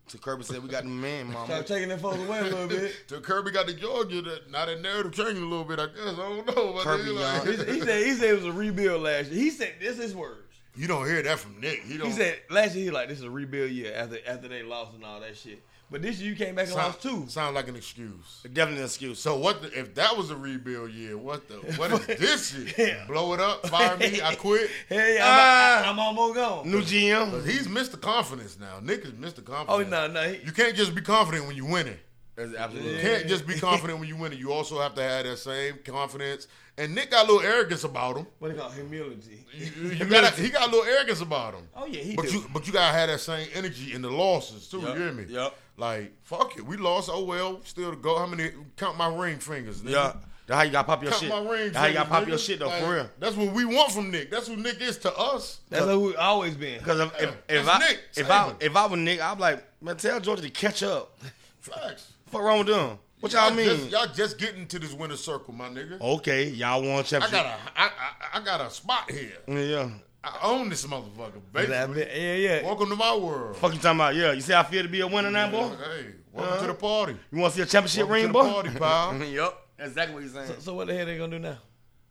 Speaker 2: So Kirby said we got the man, mama.
Speaker 3: Start taking them folks away a little bit.
Speaker 1: *laughs* Till Kirby got to Georgia, that now that narrative changing a little bit. I guess I don't know. But
Speaker 2: Kirby
Speaker 1: they
Speaker 3: He
Speaker 1: like,
Speaker 3: said, he said he said it was a rebuild last year. He said this is words.
Speaker 1: *laughs* you don't hear that from Nick. He don't.
Speaker 3: He said last year he like this is a rebuild year after after they lost and all that shit. But this year you came back and
Speaker 1: sound,
Speaker 3: lost two.
Speaker 1: sound like an excuse.
Speaker 2: Definitely an excuse.
Speaker 1: So what the, if that was a rebuild year? What the what
Speaker 3: *laughs*
Speaker 1: is this shit? Blow it up, fire me, I quit.
Speaker 3: Hey, I'm,
Speaker 1: Ah!
Speaker 3: I'm almost gone.
Speaker 2: New GM.
Speaker 1: But he's Mr. Confidence now. Nick is Mr. Confidence.
Speaker 3: Oh no, no, he,
Speaker 1: You can't just be confident when you're winning.
Speaker 2: That's
Speaker 1: You
Speaker 2: absolutely.
Speaker 1: can't just be confident when you're winning. You also have to have that same confidence. And Nick got a little arrogance about
Speaker 3: *laughs*
Speaker 1: him.
Speaker 3: what they call humility.
Speaker 1: You- you gotta- he got a little arrogance about him.
Speaker 3: Oh yeah, he
Speaker 1: But
Speaker 3: do.
Speaker 1: you, but you gotta have that same energy in the losses too.
Speaker 2: Yup,
Speaker 1: You hear me?
Speaker 2: yup.
Speaker 1: Like fuck it, we lost. Oh well, still to go. How many? Count my ring fingers. Nigga.
Speaker 2: Yeah. That's how you got pop your
Speaker 1: Count
Speaker 2: shit.
Speaker 1: my ring.
Speaker 2: That's how you
Speaker 1: fingers,
Speaker 2: got pop your
Speaker 1: nigga.
Speaker 2: shit though,
Speaker 1: Like,
Speaker 2: for real.
Speaker 1: That's what we want from Nick. That's who Nick is to us.
Speaker 3: That's who we always been.
Speaker 2: Because if if, if
Speaker 1: That's
Speaker 2: I
Speaker 1: Nick.
Speaker 2: if I
Speaker 1: Save him.
Speaker 2: if I were Nick, I'd be like, man, tell Georgia to catch up.
Speaker 1: Facts.
Speaker 2: Fuck wrong with them? What y'all mean? Oh,
Speaker 1: Just, y'all just getting to this winner's circle, my nigga.
Speaker 2: okay, y'all won
Speaker 1: I got
Speaker 2: championship.
Speaker 1: a I, I, I got a spot here.
Speaker 2: yeah.
Speaker 1: I own this motherfucker,
Speaker 3: That's what I
Speaker 1: baby.
Speaker 3: mean. yeah, yeah.
Speaker 1: Welcome to my world.
Speaker 2: Fuck you talking about? Yeah. You see how I feel to be a winner now, boy?
Speaker 1: Hey, welcome to the party.
Speaker 2: You want to see a championship
Speaker 1: Welcome to
Speaker 2: ring,
Speaker 1: the
Speaker 2: boy?
Speaker 1: party, pal.
Speaker 2: *laughs* yep. Exactly what he's saying.
Speaker 3: So what the hell they gonna do now?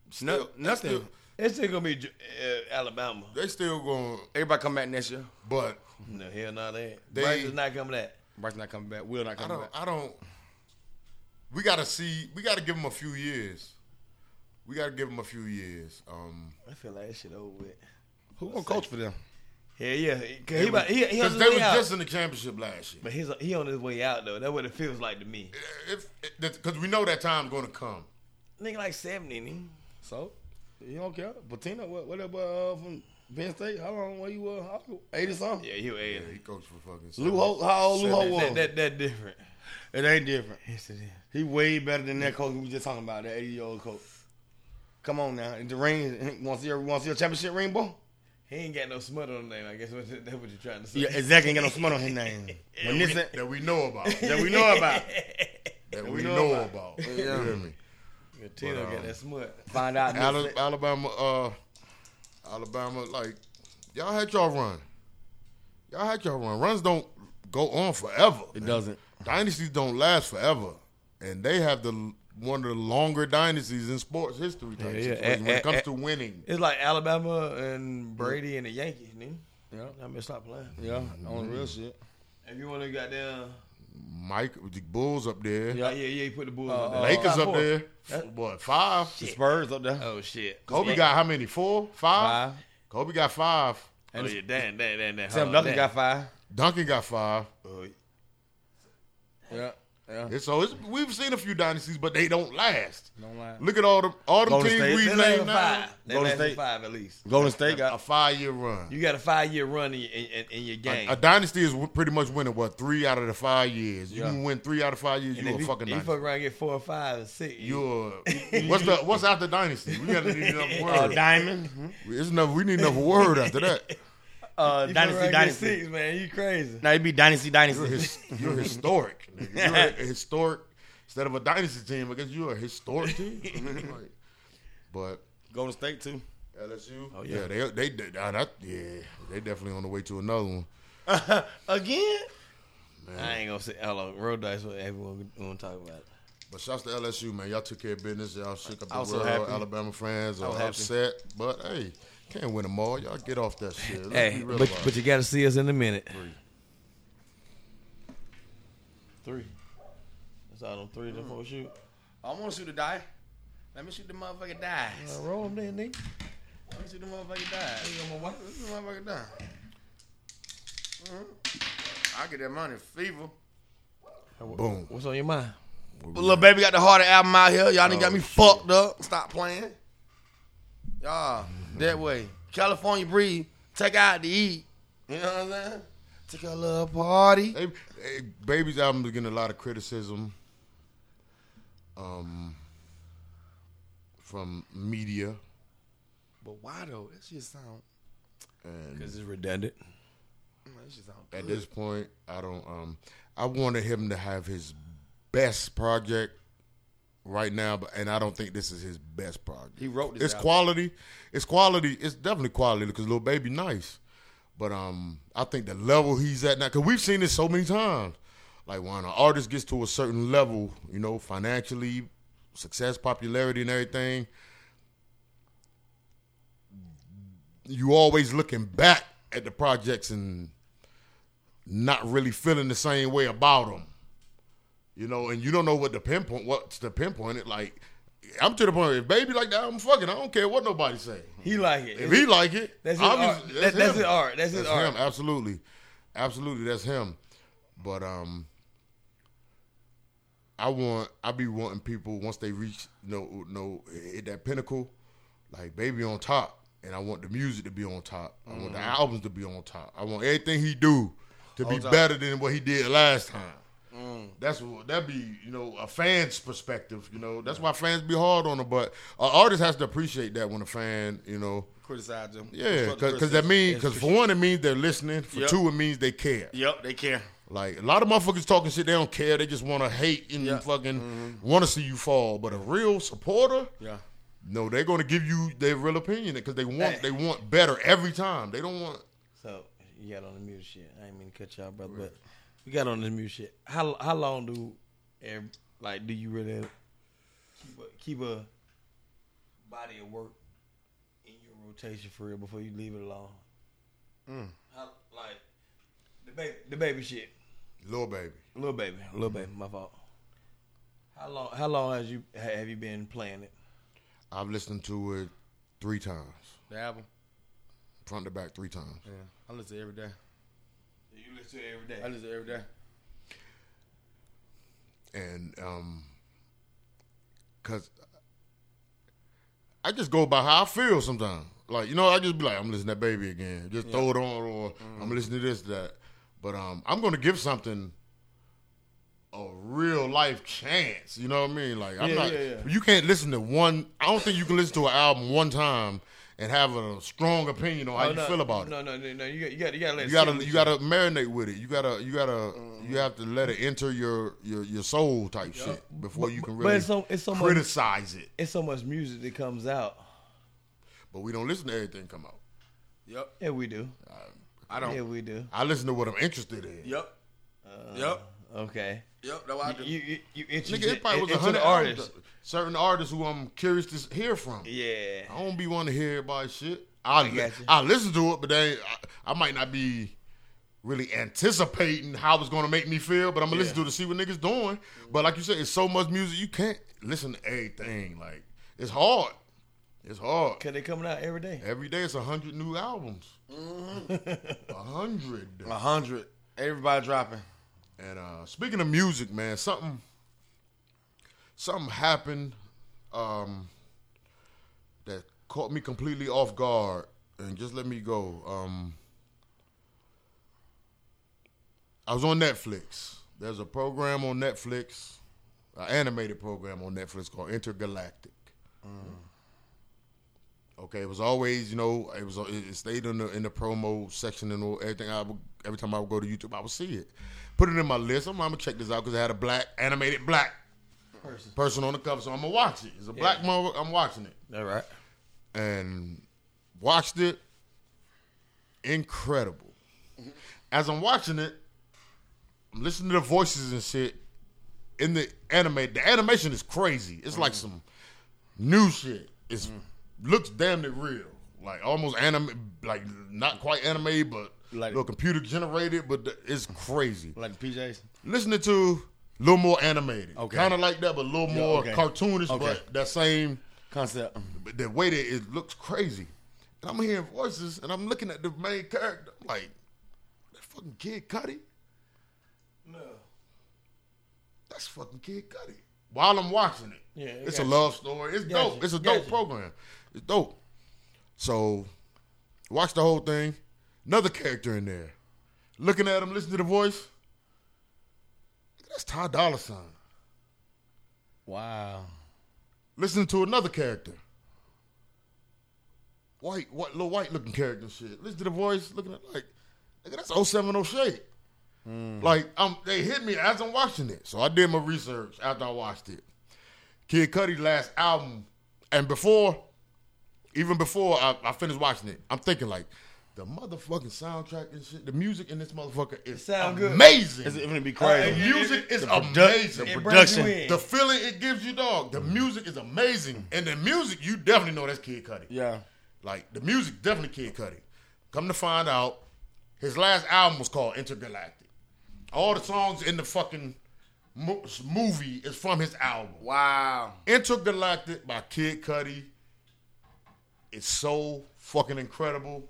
Speaker 1: Still-
Speaker 2: nothing.
Speaker 1: Still,
Speaker 3: It's still gonna be uh, Alabama.
Speaker 1: they still going,
Speaker 2: Everybody come back next year.
Speaker 1: but
Speaker 3: No hell, not that.
Speaker 1: They-
Speaker 3: Bryce is not coming back.
Speaker 2: Bryce not coming back. Will not
Speaker 1: I
Speaker 2: coming
Speaker 1: don't.
Speaker 2: back.
Speaker 1: I don't. We gotta see. We gotta give him a few years. We gotta give him a few years. Um,
Speaker 3: I feel like that shit over with.
Speaker 2: Who gonna coach for them?
Speaker 3: Yeah, yeah. 'Cause he, about, he, he on
Speaker 1: because
Speaker 3: his
Speaker 1: they
Speaker 3: way
Speaker 1: was
Speaker 3: out.
Speaker 1: just in the championship last year.
Speaker 3: but he's, he on his way out though. That's what it feels like to me.
Speaker 1: If because we know that time's gonna come.
Speaker 3: Nigga like seventy. nigga.
Speaker 2: So you don't care. Bettina, what what that boy uh, from Penn State? How long were you? Uh, how, eighty Oh, something.
Speaker 3: Yeah, he was
Speaker 1: Yeah, he
Speaker 3: eighty.
Speaker 1: coached for fucking.
Speaker 2: Lou Ho, how old Lou Ho
Speaker 1: Seven.
Speaker 2: was?
Speaker 3: That, that that different.
Speaker 2: it ain't different.
Speaker 3: Yes, it is.
Speaker 2: He way better than that coach we was just talking about, that 80 year old coach. Come on now. The ring, *laughs* want to see, a- want to see a championship ring, boy?
Speaker 3: He ain't got no smut on his name. I guess what, *laughs* that's what you're trying to say.
Speaker 2: Yeah,
Speaker 3: *laughs*
Speaker 2: exactly. Ain't got no smut on his name. When this ain't-
Speaker 1: that we know about. that
Speaker 2: that we know about.
Speaker 1: we, know, about. You hear me?
Speaker 3: Tino
Speaker 1: But, um,
Speaker 3: got that smut.
Speaker 2: Find out.
Speaker 1: Ala- Alabama, uh, Alabama, like y'all had y'all run. Y'all had y'all run. Runs don't go on forever.
Speaker 2: It
Speaker 1: man.
Speaker 2: doesn't.
Speaker 1: Dynasties don't last forever, and they have the one of the longer dynasties in sports history. Type
Speaker 3: Yeah, yeah.
Speaker 1: situation when
Speaker 3: Eh, eh,
Speaker 1: it comes
Speaker 3: eh.
Speaker 1: to winning,
Speaker 3: It's like Alabama and Brady and the Yankees, nigga.
Speaker 2: Yeah.
Speaker 3: I mean, stop playing.
Speaker 2: Yeah, on the real shit.
Speaker 3: If you want to got down,
Speaker 1: Mike the Bulls up there,
Speaker 3: yeah, yeah, yeah, you put the Bulls on
Speaker 2: Uh,
Speaker 3: there.
Speaker 1: Lakers
Speaker 3: Top
Speaker 1: up
Speaker 3: four.
Speaker 1: there, F- what five?
Speaker 2: The Spurs up there.
Speaker 3: Oh shit.
Speaker 1: Kobe
Speaker 3: Yeah.
Speaker 1: got how many? Four, five.
Speaker 2: Five.
Speaker 1: Kobe got five.
Speaker 3: Oh yeah, damn, damn, damn, damn.
Speaker 2: Sam
Speaker 3: Hold on,
Speaker 2: Duncan
Speaker 3: damn.
Speaker 2: got five.
Speaker 1: Duncan got five.
Speaker 2: Yeah. Yeah.
Speaker 1: And so it's, we've seen a few dynasties, but they don't last.
Speaker 2: Don't lie.
Speaker 1: Look at all the all the
Speaker 2: Golden
Speaker 1: teams
Speaker 2: State.
Speaker 1: we
Speaker 2: They
Speaker 1: named
Speaker 2: lasted
Speaker 1: now.
Speaker 3: Five. They
Speaker 2: Golden
Speaker 3: lasted
Speaker 2: State.
Speaker 3: five at least.
Speaker 2: Golden State
Speaker 1: A
Speaker 2: got
Speaker 1: five year run.
Speaker 3: You got a five year run in, in, in your game.
Speaker 1: A, a dynasty is w- pretty much winning what three out of the five years. You
Speaker 2: Yeah.
Speaker 1: can win three out of five years.
Speaker 3: and
Speaker 1: you
Speaker 3: if
Speaker 1: a
Speaker 3: you,
Speaker 1: fucking
Speaker 3: if you
Speaker 1: dynasty.
Speaker 3: fuck around and get four or five and six.
Speaker 1: You're
Speaker 2: *laughs*
Speaker 1: what's the what's after dynasty? We gotta need another
Speaker 2: uh,
Speaker 1: word.
Speaker 2: Diamond. Mhm.
Speaker 1: It's another, we need another word after that.
Speaker 2: Uh,
Speaker 3: you fuck
Speaker 2: dynasty,
Speaker 3: around and get
Speaker 2: dynasty.
Speaker 3: six, man. You crazy.
Speaker 2: Now it'd be dynasty,
Speaker 1: You're,
Speaker 2: dynasty.
Speaker 1: his, you're historic. nigga. You're a historic instead of a dynasty team. I guess you're a historic team. I mean, like, but
Speaker 2: Golden State too.
Speaker 1: LSU. Oh yeah, they they, they nah, that, yeah they definitely on the way to another one.
Speaker 3: Again? I ain't gonna say hello. Road dice. What everyone gonna talk about?
Speaker 1: But shouts to LSU, man. Y'all took care of business. Y'all shook up the
Speaker 2: I was so
Speaker 1: world.
Speaker 2: happy.
Speaker 1: Alabama fans are
Speaker 2: was happy.
Speaker 1: upset. But hey, can't win them all. Y'all get off that shit. Let's
Speaker 3: Hey,
Speaker 1: be real
Speaker 3: but,
Speaker 1: about
Speaker 3: but
Speaker 1: it.
Speaker 3: you gotta see us in a minute. Three. That's all them three to four shoot.
Speaker 2: I want to shoot a die. Let me shoot the motherfucking die.
Speaker 3: roll them then, nigga.
Speaker 2: Let me shoot the motherfucking die. Hey, I'm a what? Let me shoot the motherfucking die. Mhm. I get that money, fever.
Speaker 1: boom.
Speaker 3: What's on your mind?
Speaker 2: Well, little baby got the harder album out here. Y'all
Speaker 1: Oh,
Speaker 2: done got me fucked up. Stop playing. Y'all, that way. California breed. Take out to eat. You know what I'm saying? Take a little party.
Speaker 1: They, eh, Baby's album is getting a lot of criticism um, from media.
Speaker 2: But why though? That shit sound.
Speaker 1: And
Speaker 3: Because it's redundant.
Speaker 2: man, That shit sound.
Speaker 1: at this point, I don't. Um, I wanted him to have his best project right now, but and I don't think this is his best project.
Speaker 2: He wrote this
Speaker 1: It's
Speaker 2: album.
Speaker 1: quality. It's quality. It's definitely quality because little baby nice, but um, I think the level he's at now because we've seen this so many times. Like when an artist gets to a certain level, you know, financially, success, popularity, and everything, you always looking back at the projects and not really feeling the same way about them. You know, and you don't know what the pinpoint what's the pinpoint it like. I'm to the point if baby like that, I'm fucking. I don't care what nobody say.
Speaker 3: He like it.
Speaker 1: If he like it,
Speaker 3: That's his
Speaker 1: obvious-
Speaker 3: art. That- that's
Speaker 1: him.
Speaker 3: his art. That's his art.
Speaker 1: Him. Absolutely, absolutely. That's him. But um, I want I be wanting people once they reach no no hit that pinnacle, like baby on top, and I want the music to be on top. I
Speaker 3: Mm-hmm.
Speaker 1: want the albums to be on top. I want everything he do to be better than what he did last time.
Speaker 3: Mm.
Speaker 1: That's what that be you know a fan's perspective. You know that's why fans be hard on him, but an artist has to appreciate that when a fan you know.
Speaker 2: Criticize them.
Speaker 1: Yeah,
Speaker 2: Constructive
Speaker 1: because that
Speaker 2: criticism.
Speaker 1: means because for one it means they're listening. For
Speaker 2: Yep.
Speaker 1: two it means they care.
Speaker 2: Yep, they care.
Speaker 1: Like a lot of motherfuckers talking shit, they don't care. They just want to hate and
Speaker 2: Yep.
Speaker 1: fucking want to see you fall. But a real supporter,
Speaker 2: Yeah.
Speaker 1: no, they're gonna give you their real opinion because they want
Speaker 3: Hey.
Speaker 1: they want better every time. They don't want.
Speaker 3: So you got on the mute shit. I ain't mean to cut y'all, brother, but we got on the mute shit. How how long do ev- like do you really keep a, keep a body of work in your rotation for real before you leave it alone?
Speaker 1: Mm.
Speaker 3: How like the baby the baby shit,
Speaker 1: Little baby,
Speaker 3: little baby, little baby, my fault. How long how long has you ha- have you been playing it?
Speaker 1: I've listened to it three times,
Speaker 2: The album.
Speaker 1: front to back, three times.
Speaker 2: Yeah. I listen every day.
Speaker 3: You listen to it every day.
Speaker 2: I listen every day.
Speaker 1: and um, cause I just go by how I feel sometimes. Like you know, I just be like, I'm listening to that baby again. Just throw it on, or I'm listening to this that. But um, I'm gonna give something a real life chance. You know what I mean? Like I'm
Speaker 2: Yeah,
Speaker 1: not.
Speaker 2: yeah, yeah.
Speaker 1: You can't listen to one. I don't think you can listen to an album one time and have a strong opinion on how
Speaker 3: Oh,
Speaker 1: you
Speaker 3: no,
Speaker 1: feel about it.
Speaker 3: no, No, no, no, You got you got you gotta let it
Speaker 1: You
Speaker 3: sit
Speaker 1: gotta
Speaker 3: with
Speaker 1: you gotta marinate with it. You gotta you gotta
Speaker 3: Mm-hmm.
Speaker 1: you have to let it enter your your, your soul type shit before you can
Speaker 3: but
Speaker 1: really
Speaker 3: it's so- it's so much-
Speaker 1: criticize it.
Speaker 3: it's so much music that comes out.
Speaker 1: But we don't listen to everything come out.
Speaker 2: Yep.
Speaker 3: Yeah, we do.
Speaker 2: I don't.
Speaker 3: Yeah, we do.
Speaker 1: I listen to what I'm interested in.
Speaker 2: Yep. yep.
Speaker 3: Okay.
Speaker 2: Yep. That's what I do.
Speaker 3: You you you, you
Speaker 1: Nigga,
Speaker 3: interested
Speaker 1: it probably was a
Speaker 3: into
Speaker 1: hundred
Speaker 3: the artists.
Speaker 1: artists, certain artists who I'm curious to s- hear from.
Speaker 3: Yeah.
Speaker 1: I don't be wanting to hear everybody's shit. I I,
Speaker 3: got you.
Speaker 1: listen to it, but they, I, I might not be really anticipating how it's gonna make me feel. But I'm gonna listen to it to see what niggas doing. But like you said, it's so much music you can't listen to everything. Like it's hard. It's hard.
Speaker 3: Cause they coming out every day.
Speaker 1: Every day it's a hundred new albums. A hundred.
Speaker 2: A hundred. Everybody dropping.
Speaker 1: And uh, speaking of music, man, something something happened um, that caught me completely off guard and just let me go. Um, I was on Netflix. There's a program on Netflix, an animated program on Netflix called Intergalactic. Okay, it was always you know it was it it stayed in the in the promo section and all- everything. I would, every time I would go to YouTube, I would see it. Put it in my list. I'm, I'm gonna check this out because it had a black animated black
Speaker 3: Person.
Speaker 1: person on the cover, so I'm gonna watch it. It's a black mother. I'm watching it
Speaker 3: All right.
Speaker 1: and watched it. Incredible. As I'm watching it, I'm listening to the voices and shit in the anime. The animation is crazy. It's
Speaker 2: Mm.
Speaker 1: like some new shit. It's looks damn near real. Like almost anime, like not quite anime, but
Speaker 2: Like-
Speaker 1: like computer generated. But the,
Speaker 2: *laughs*
Speaker 1: it's crazy
Speaker 2: Like the PJs.
Speaker 1: listening to a little more animated.
Speaker 2: Okay.
Speaker 1: Kind of like that, but a little more
Speaker 2: okay.
Speaker 1: cartoonish,
Speaker 2: Okay.
Speaker 1: but that same,
Speaker 2: Concept.
Speaker 1: but the way that it looks crazy. And I'm hearing voices and I'm looking at the main character. I'm like, that fucking Kid Cudi?
Speaker 3: No.
Speaker 1: That's fucking Kid Cudi. While I'm watching it.
Speaker 3: Yeah, it
Speaker 1: It's
Speaker 3: got
Speaker 1: a
Speaker 3: you.
Speaker 1: love story. It's
Speaker 3: Got
Speaker 1: dope.
Speaker 3: you.
Speaker 1: It's a
Speaker 3: Got
Speaker 1: dope
Speaker 3: you.
Speaker 1: program. It's dope. So, watch the whole thing. Another character in there. Looking at him, listening to the voice. That's Ty Dolla Sign.
Speaker 2: Wow.
Speaker 1: listening to another character. White, white, little white looking character and shit. Listen to the voice, looking at like, nigga, that's 070 Like, um, they hit me as I'm watching it. So I did my research after I watched it. Kid Cudi's last album, and before, even before I, I finished watching it, I'm thinking like, the motherfucking soundtrack and shit, the music in this motherfucker is
Speaker 3: sound good.
Speaker 1: amazing.
Speaker 2: It's gonna be
Speaker 1: The
Speaker 2: crazy.
Speaker 3: Uh,
Speaker 1: music is
Speaker 2: produ-
Speaker 1: amazing.
Speaker 2: the
Speaker 3: It brings you
Speaker 2: production.
Speaker 3: in.
Speaker 1: The feeling it gives you, dog. The music is amazing, and the music you definitely know that's Kid Cudi.
Speaker 2: Yeah.
Speaker 1: Like the music definitely Kid Cudi. Come to find out, his last album was called Intergalactic. All the songs in the fucking mo- movie is from his album.
Speaker 2: Wow.
Speaker 1: Intergalactic by Kid Cudi. It's so fucking incredible.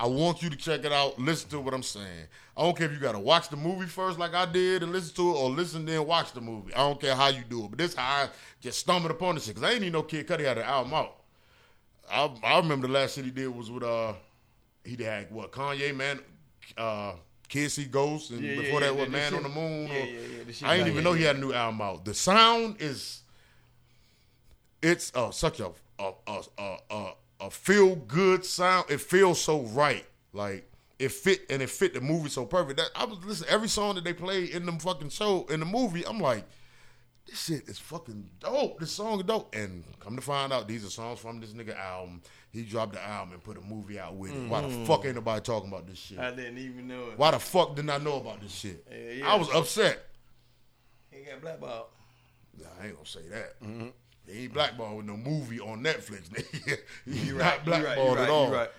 Speaker 1: I want you to check it out. Listen to what I'm saying. I don't care if you gotta watch the movie first, like I did, and listen to it, or listen then watch the movie. I don't care how you do it, but this how I just stumbled upon this shit because I didn't even know Kid Cudi had an album out. I, I remember the last shit he did was with uh he had what Kanye man, uh Kid See Ghost, and
Speaker 3: Yeah, yeah,
Speaker 1: before
Speaker 3: yeah,
Speaker 1: that was
Speaker 3: the- the
Speaker 1: Man
Speaker 3: shit-
Speaker 1: on the Moon.
Speaker 3: yeah,
Speaker 1: or-
Speaker 3: yeah, yeah, the shit
Speaker 1: I didn't
Speaker 3: like
Speaker 1: even
Speaker 3: that,
Speaker 1: know he had a new album out. The sound is it's uh, such a a, a, a, a, a feel good sound. It feels so right. Like it fit and it fit the movie so perfect. That I was listening every song that they played in the fucking show in the movie. I'm like, this shit is fucking dope. This song is dope. And come to find out, these are songs from this nigga album. He dropped the album and put a movie out with it. Why
Speaker 3: Mm-hmm.
Speaker 1: the fuck ain't nobody talking about this shit?
Speaker 3: I didn't even know it.
Speaker 1: Why the fuck didn't I know about this shit?
Speaker 3: Yeah, yeah.
Speaker 1: I was upset.
Speaker 3: He got blackballed.
Speaker 1: Nah, I ain't gonna say that.
Speaker 3: Mm-hmm.
Speaker 1: He ain't blackballed with no movie on Netflix. *laughs* nigga. He's
Speaker 3: You
Speaker 1: not
Speaker 3: you
Speaker 1: blackballed at
Speaker 3: you right,
Speaker 1: all.
Speaker 3: You right.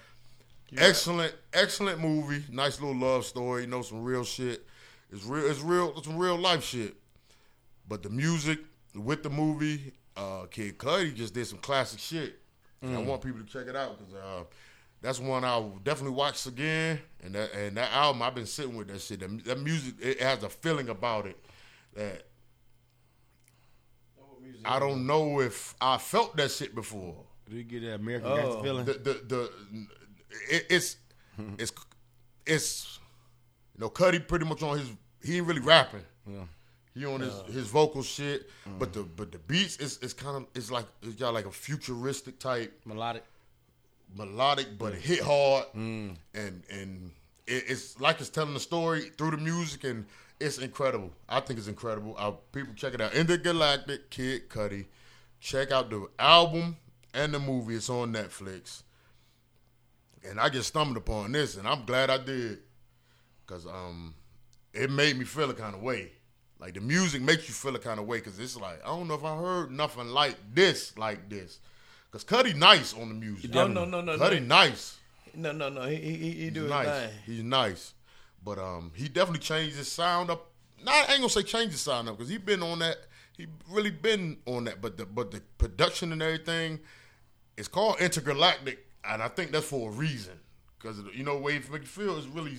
Speaker 1: Excellent, excellent movie. Nice little love story. You know some real shit. It's real. It's real. It's some real life shit. But the music with the movie, uh, Kid Cudi just did some classic shit. And I want people to check it out because uh, that's one I will definitely watch again. And that and that album, I've been sitting with that shit. That, that music, it has a feeling about it that I don't know if I felt that shit before.
Speaker 2: Do you get that American
Speaker 3: Oh.
Speaker 2: Gangster feeling?
Speaker 1: The the the it, it's it's it's you know Cuddy pretty much on his he ain't really rapping.
Speaker 2: Yeah.
Speaker 1: He on his his vocal shit, but the but the beats is it's kind of it's like it's got like a futuristic type
Speaker 2: Melodic.
Speaker 1: melodic, but it hit hard, and and it, it's like it's telling the story through the music, and it's incredible. I think it's incredible. Uh, people check it out. Intergalactic Kid Cudi. Check out the album and the movie. It's on Netflix. And I just stumbled upon this, and I'm glad I did, cause um, it made me feel a kind of way. Like the music makes you feel a kind of way, cause it's like I don't know if I heard nothing like this, like this, cause Cudi nice on the music.
Speaker 3: No, Oh, no, no, no,
Speaker 1: Cudi
Speaker 3: no.
Speaker 1: nice.
Speaker 3: No, no, no. He he, he- he do
Speaker 1: He's
Speaker 3: his
Speaker 1: nice.
Speaker 3: thing.
Speaker 1: He's nice, but um, he definitely changed his sound up. Not I ain't gonna say change his sound up because he been on that. He really been on that, but the but the production and everything, it's called intergalactic, and I think that's for a reason because you know way it make you feel is really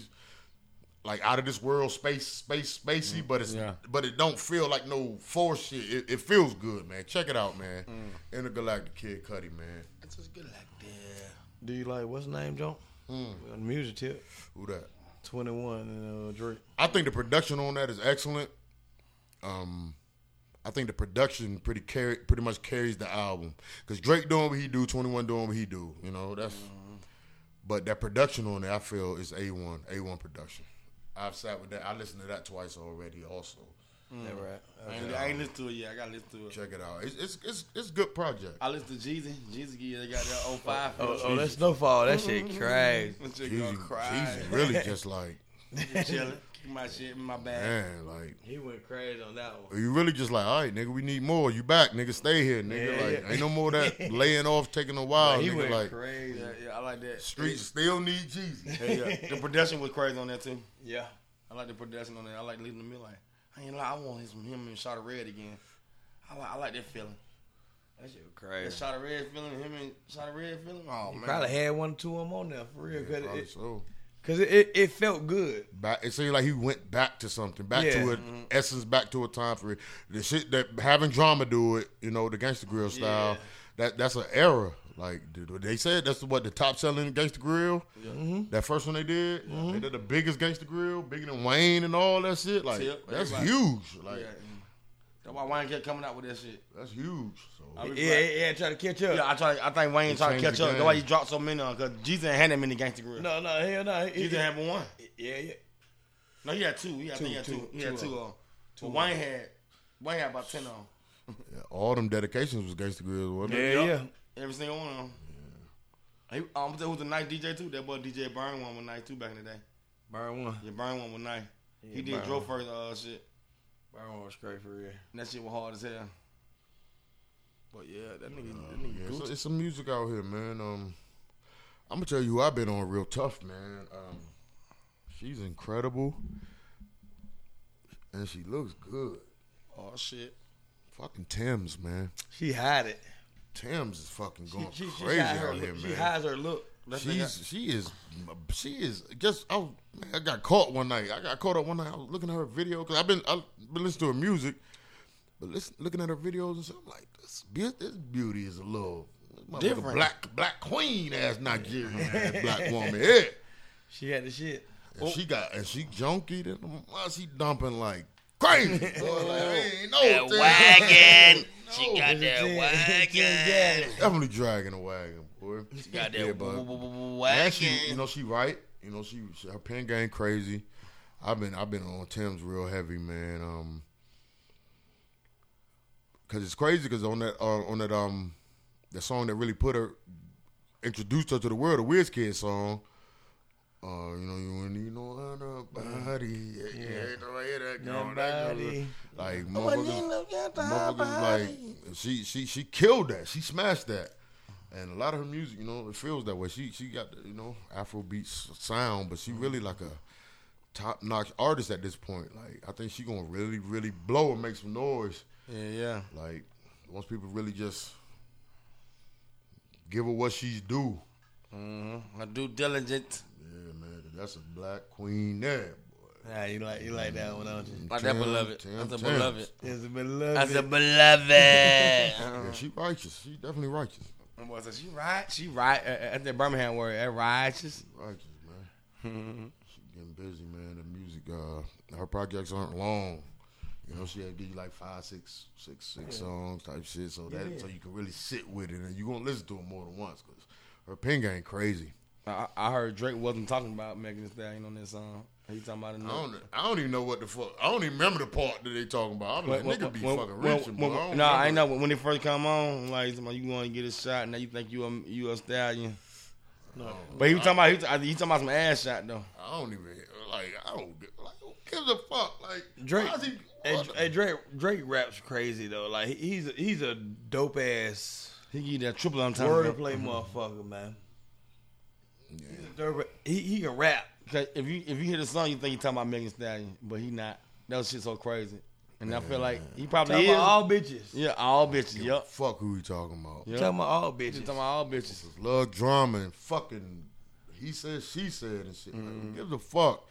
Speaker 1: like out of this world space space spacey, but it's
Speaker 2: Yeah.
Speaker 1: but it don't feel like no force shit. It, it feels good, man. Check it out, man. Intergalactic Kid Cudi, man.
Speaker 2: It's just good like that. Do you like what's the name, John?
Speaker 1: Hmm.
Speaker 2: We On the music tip,
Speaker 1: Who that?
Speaker 2: twenty one and uh, Drake.
Speaker 1: I think the production on that is excellent. Um, I think the production pretty carry, pretty much carries the album because Drake doing what he do, Twenty One doing what he do. You know that's. But that production on there, I feel is a one, a one production. I've sat with that. I listened to that twice already. Also, Hmm.
Speaker 2: That right. I ain't, I ain't listened to it yet. I gotta listen to it.
Speaker 1: check it out. It's it's it's, it's a good project.
Speaker 2: I listened to Jeezy. Jeezy give they got that 05.
Speaker 3: Oh, oh, that snowfall, that
Speaker 1: *laughs*
Speaker 3: shit crazy.
Speaker 2: *laughs* That shit gonna cry.
Speaker 1: Jeezy really just like
Speaker 2: Chilling. Keep my shit in my *laughs* bag.
Speaker 1: man, like
Speaker 3: He went crazy on that one.
Speaker 1: you really just like all right, nigga. We need more. You back, nigga. Stay here, nigga.
Speaker 3: Yeah,
Speaker 1: like
Speaker 3: yeah.
Speaker 1: ain't no more of
Speaker 3: *laughs*
Speaker 1: that laying off, taking a while,
Speaker 2: he
Speaker 1: nigga.
Speaker 2: went
Speaker 1: Like
Speaker 2: crazy. Yeah, yeah, I like that.
Speaker 1: streets still need
Speaker 3: *laughs*
Speaker 1: Jeezy.
Speaker 2: Hey, yeah. *laughs* The production was crazy on that too.
Speaker 3: Yeah.
Speaker 2: I like the production on that. I like leaving the mill like I ain't lie, I want his, him and Shot of Red again. I like I like that feeling.
Speaker 3: That shit was
Speaker 2: That
Speaker 3: crazy.
Speaker 2: Shot of Red feeling, him and Shot of Red feeling. Oh man.
Speaker 3: Probably had one or two of them on there for real, cause,
Speaker 1: Probably
Speaker 3: it,
Speaker 1: so.
Speaker 3: cause it, it, it felt good.
Speaker 1: Back, it seemed like he went back to something, back to
Speaker 3: Yeah.
Speaker 1: an
Speaker 2: Mm-hmm.
Speaker 1: essence, back to a time for it. The shit that having drama do it, you know, the gangster grill style.
Speaker 2: Yeah.
Speaker 1: That that's an era. Like dude, they said, that's what the top selling gangster grill.
Speaker 3: Mm-hmm.
Speaker 1: That first one they did, they did the biggest gangster grill, bigger than Wayne and all that shit. Like
Speaker 2: Tip,
Speaker 1: that's
Speaker 2: everybody.
Speaker 1: huge.
Speaker 2: Yeah.
Speaker 1: Like
Speaker 2: That's why Wayne kept coming out with that shit.
Speaker 1: that's huge. So
Speaker 2: I be
Speaker 3: Yeah,
Speaker 2: glad-
Speaker 3: yeah, yeah, try to catch up.
Speaker 2: Yeah, I try. I think Wayne
Speaker 1: He
Speaker 2: trying to
Speaker 1: changed
Speaker 2: catch
Speaker 1: the
Speaker 2: up. That's
Speaker 1: game.
Speaker 2: why he dropped so many uh, on because Jesus ain't had that many gangster grill. No,
Speaker 3: No, no, hell no. He-
Speaker 2: Jesus
Speaker 3: he-
Speaker 2: had one.
Speaker 3: yeah, yeah.
Speaker 2: No, he had two. He had, I think he had
Speaker 3: Two,
Speaker 2: two.
Speaker 3: two,
Speaker 2: He had
Speaker 3: two
Speaker 2: two on. But Wayne had Wayne had about ten on.
Speaker 1: yeah, all them dedications was gangster grill. Wasn't it?
Speaker 3: Yeah, yeah.
Speaker 2: Every single one of them. He, um, there was a nice DJ too. That boy DJ Burn one was nice too back in the day.
Speaker 3: Burn one.
Speaker 2: Yeah, Burn one was nice.
Speaker 3: Yeah,
Speaker 2: he did
Speaker 3: Burn
Speaker 2: Dro
Speaker 3: One.
Speaker 2: first uh, shit.
Speaker 3: Burn one was great for real.
Speaker 2: And that shit was hard as hell. But yeah, that nigga, that
Speaker 1: Yeah,
Speaker 2: nigga
Speaker 1: it's,
Speaker 2: Gucci.
Speaker 1: it's some music out here, man. Um, I'm gonna tell you who I've been on real tough, man. Um, she's incredible, and she looks good.
Speaker 2: Oh shit.
Speaker 1: Fucking Tim's, man.
Speaker 3: She had it.
Speaker 1: Tim's is fucking
Speaker 3: She,
Speaker 1: going
Speaker 3: she, she
Speaker 1: crazy
Speaker 3: had her
Speaker 1: out
Speaker 3: look.
Speaker 1: here,
Speaker 3: She
Speaker 1: man.
Speaker 3: hides her look.
Speaker 2: That
Speaker 1: She's she is she is just I, was- man, I got caught one night. I got caught up one night. I was looking at her video because I've been I've been listening to her music, but listen, looking at her videos and stuff, I'm like this, be- this beauty is a little this motherfucker
Speaker 2: Different.
Speaker 1: Black black queen ass Nigerian
Speaker 2: *laughs*
Speaker 1: ass black woman. Yeah,
Speaker 3: She had the shit.
Speaker 1: and she got and she junky. Then why she dumping like
Speaker 2: *laughs*
Speaker 1: crazy? Boy, like, I ain't no
Speaker 4: wagon. She
Speaker 1: No.
Speaker 4: got
Speaker 3: *laughs*
Speaker 4: that wagon.
Speaker 1: Definitely dragging a wagon, boy. She
Speaker 4: Got that wagon.
Speaker 1: And she, you know, she right. You know, she, she her pen game crazy. I've been I've been on Tim's real heavy, man. Um, cause it's crazy because on that uh, on that um that song that really put her introduced her to the world, the Wiz Kid song. Uh, you know, you ain't need no other body. Yeah, yeah. don't hear that girl, that girl.
Speaker 3: Nobody.
Speaker 1: Like motherfuckers, motherfuckers like she she she killed that. She smashed that. And a lot of her music, you know, it feels that way. She she got the, you know Afrobeat s- sound, but she really like a top notch artist at this point. Like I think she gonna really really blow and make some noise.
Speaker 2: Yeah, yeah.
Speaker 1: Like once people really just give her what she's due.
Speaker 2: Mm-hmm. I do diligent.
Speaker 1: Yeah, man, that's a black queen there, boy.
Speaker 3: Nah, you like you like that one, don't you?
Speaker 2: Like that
Speaker 1: Tim,
Speaker 2: beloved.
Speaker 1: Tim,
Speaker 2: That's a
Speaker 1: Tim.
Speaker 2: beloved.
Speaker 3: It's a beloved.
Speaker 4: That's a beloved.
Speaker 2: Uh-huh.
Speaker 1: Yeah, she righteous. She definitely righteous.
Speaker 2: And boy said she right. She right. Uh, uh, At that Birmingham word, that righteous.
Speaker 1: Righteous, man.
Speaker 3: Mm-hmm.
Speaker 1: she getting busy, man. The music, uh, her projects aren't long. You know, she had give you like five, six, six, six songs type shit, so that so you can really sit with it, and you gonna listen to it more than once because her ping ain't crazy.
Speaker 2: I, I heard Drake wasn't talking about Megan Thee Stallion on this song. He talking about
Speaker 1: I
Speaker 2: another.
Speaker 1: don't, I don't even know what the fuck. I don't even remember the part that they talking about. I'm like, nigga be fucking rich.
Speaker 2: when, No, I know. When it first come on, like somebody, you want to get a shot, now you think you a you a stallion. But he was talking about he, was- he talking about some ass shot though.
Speaker 1: I don't even like. I don't give- like. Who gives a fuck? Like
Speaker 3: Drake.
Speaker 1: Why is he,
Speaker 3: Hey,
Speaker 1: what the-
Speaker 3: hey, Drake, Drake raps crazy though. Like he- he's a, he's a dope ass
Speaker 2: He give you that triple on time. Mm-hmm.
Speaker 3: wordplay motherfucker, man. He's a dope- He he can rap.
Speaker 2: If you if you hear the song, you think he talking about Megan Thee Stallion, but he not. That was shit so crazy, and I feel like he probably
Speaker 3: Talking
Speaker 2: is.
Speaker 3: about all bitches.
Speaker 2: yeah, all bitches. Yep.
Speaker 1: fuck who he talking about?
Speaker 2: Yep.
Speaker 3: Talking about all
Speaker 2: He
Speaker 3: bitches.
Speaker 2: talking about all bitches.
Speaker 1: love
Speaker 3: Mm-hmm.
Speaker 1: drama and fucking he said she said and shit. Like, who gives a fuck?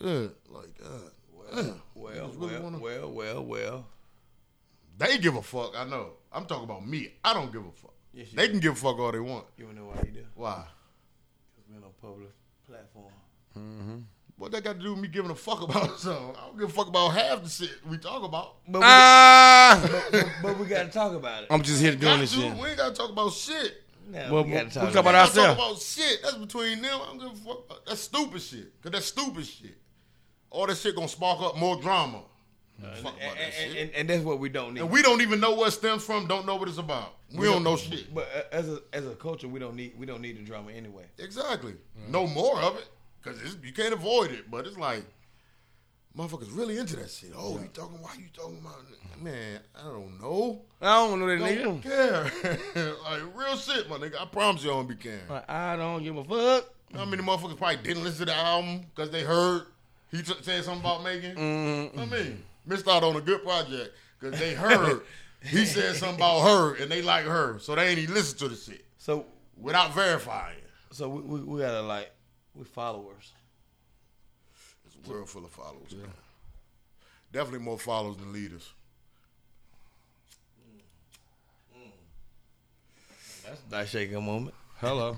Speaker 1: Yeah, like that. Well,
Speaker 3: Well, well, well, well, well.
Speaker 1: They give a fuck. I know. I'm talking about me. I don't give a fuck.
Speaker 3: Yes, you
Speaker 1: They
Speaker 3: do.
Speaker 1: can give a fuck all they want.
Speaker 3: You wanna know why you do?
Speaker 1: Why?
Speaker 3: Because we're on a public platform.
Speaker 1: What that got to do with me giving a fuck about *laughs* something? I don't give a fuck about half the shit we talk about.
Speaker 3: But we,
Speaker 2: Ah!
Speaker 3: but we gotta talk
Speaker 2: *laughs*
Speaker 3: about it.
Speaker 2: I'm just here doing
Speaker 1: Got
Speaker 2: this
Speaker 1: to.
Speaker 2: shit.
Speaker 1: We ain't gotta talk about shit.
Speaker 3: No,
Speaker 2: Well,
Speaker 3: we gotta
Speaker 2: we
Speaker 3: talk
Speaker 2: talk about
Speaker 3: about it.
Speaker 2: our-
Speaker 1: Y'all
Speaker 2: Ourself.
Speaker 1: talk about shit. That's between them. I'm gonna fuck. about- That's stupid shit. Cause that's stupid shit. All that shit gonna spark up more drama. fuck about
Speaker 3: And,
Speaker 1: that
Speaker 3: and,
Speaker 1: shit.
Speaker 3: and, and that's what we don't need.
Speaker 1: And we don't even know what stems from. Don't know what it's about. We, don't know shit.
Speaker 3: but uh, as a as a culture, we don't need we don't need the drama anyway.
Speaker 1: Exactly. No more of it. Cause it's, you can't avoid it. But it's like, motherfuckers really into that shit. Oh, you talking? Why you talking about? Man, I don't know.
Speaker 2: I don't know that
Speaker 1: Don't
Speaker 2: nigga.
Speaker 1: care. *laughs* like real shit, my nigga. I promise you, I don't be caring.
Speaker 2: Like, I don't give a fuck.
Speaker 1: You know how many motherfuckers probably didn't listen to the album because they heard he t- said something about Megan? I mean, missed out on a good project because they heard he said something about her and they like her, so they ain't even listen to the shit
Speaker 3: So
Speaker 1: without verifying.
Speaker 3: so we, we, we gotta like we followers.
Speaker 1: It's a world full of followers. man. Definitely more followers than leaders.
Speaker 3: That's a dice shaking moment.
Speaker 2: Hello.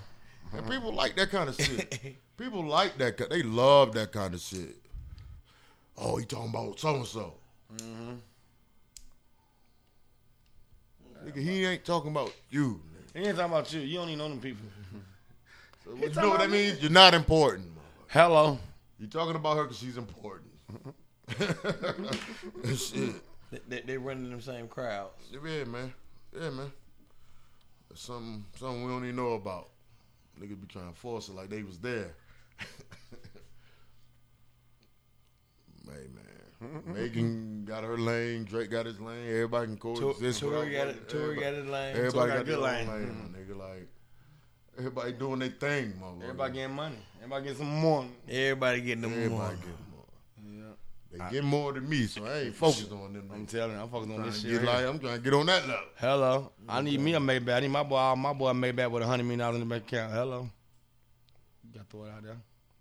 Speaker 1: And people like that kind of shit. *laughs* people like that. ki- They love that kind of shit. Oh, he talking about so and so. Mm-hmm. Nigga, he ain't talking about you. Nigga.
Speaker 2: He ain't talking about you. You don't even know them people.
Speaker 1: Well, you know what that means? You're not important. motherfucker.
Speaker 2: Hello.
Speaker 1: You're talking about her because she's important. *laughs* Shit.
Speaker 3: They, they, they running them same crowds.
Speaker 1: Yeah, man. Yeah, man. There's something, something we don't even know about. Niggas be trying to force it like they was there. *laughs* hey, man. Megan got her lane. Drake got his lane. Everybody can
Speaker 3: Tor-
Speaker 1: coexist.
Speaker 3: Tory
Speaker 1: without-
Speaker 3: got it. Tory got it. Lane.
Speaker 1: Everybody
Speaker 2: Tory
Speaker 1: got
Speaker 2: got
Speaker 1: their
Speaker 2: good
Speaker 1: lane.
Speaker 2: lane.
Speaker 1: lane, my nigga. Like, everybody doing their thing, motherfucker.
Speaker 2: Everybody getting money. Everybody getting some more.
Speaker 3: Everybody getting them
Speaker 1: Everybody
Speaker 3: one.
Speaker 1: get more. They get more than me, so I ain't focused on them.
Speaker 2: I'm
Speaker 1: I'm
Speaker 2: telling you, I'm fucking on
Speaker 1: trying
Speaker 2: this
Speaker 1: to
Speaker 2: shit.
Speaker 1: get
Speaker 2: right
Speaker 1: like
Speaker 2: here.
Speaker 1: I'm trying to get on that level.
Speaker 2: Hello. I need me a Maybach. I need my boy. My boy Maybach with a hundred million dollars in the bank account. Hello. You got to throw it out there.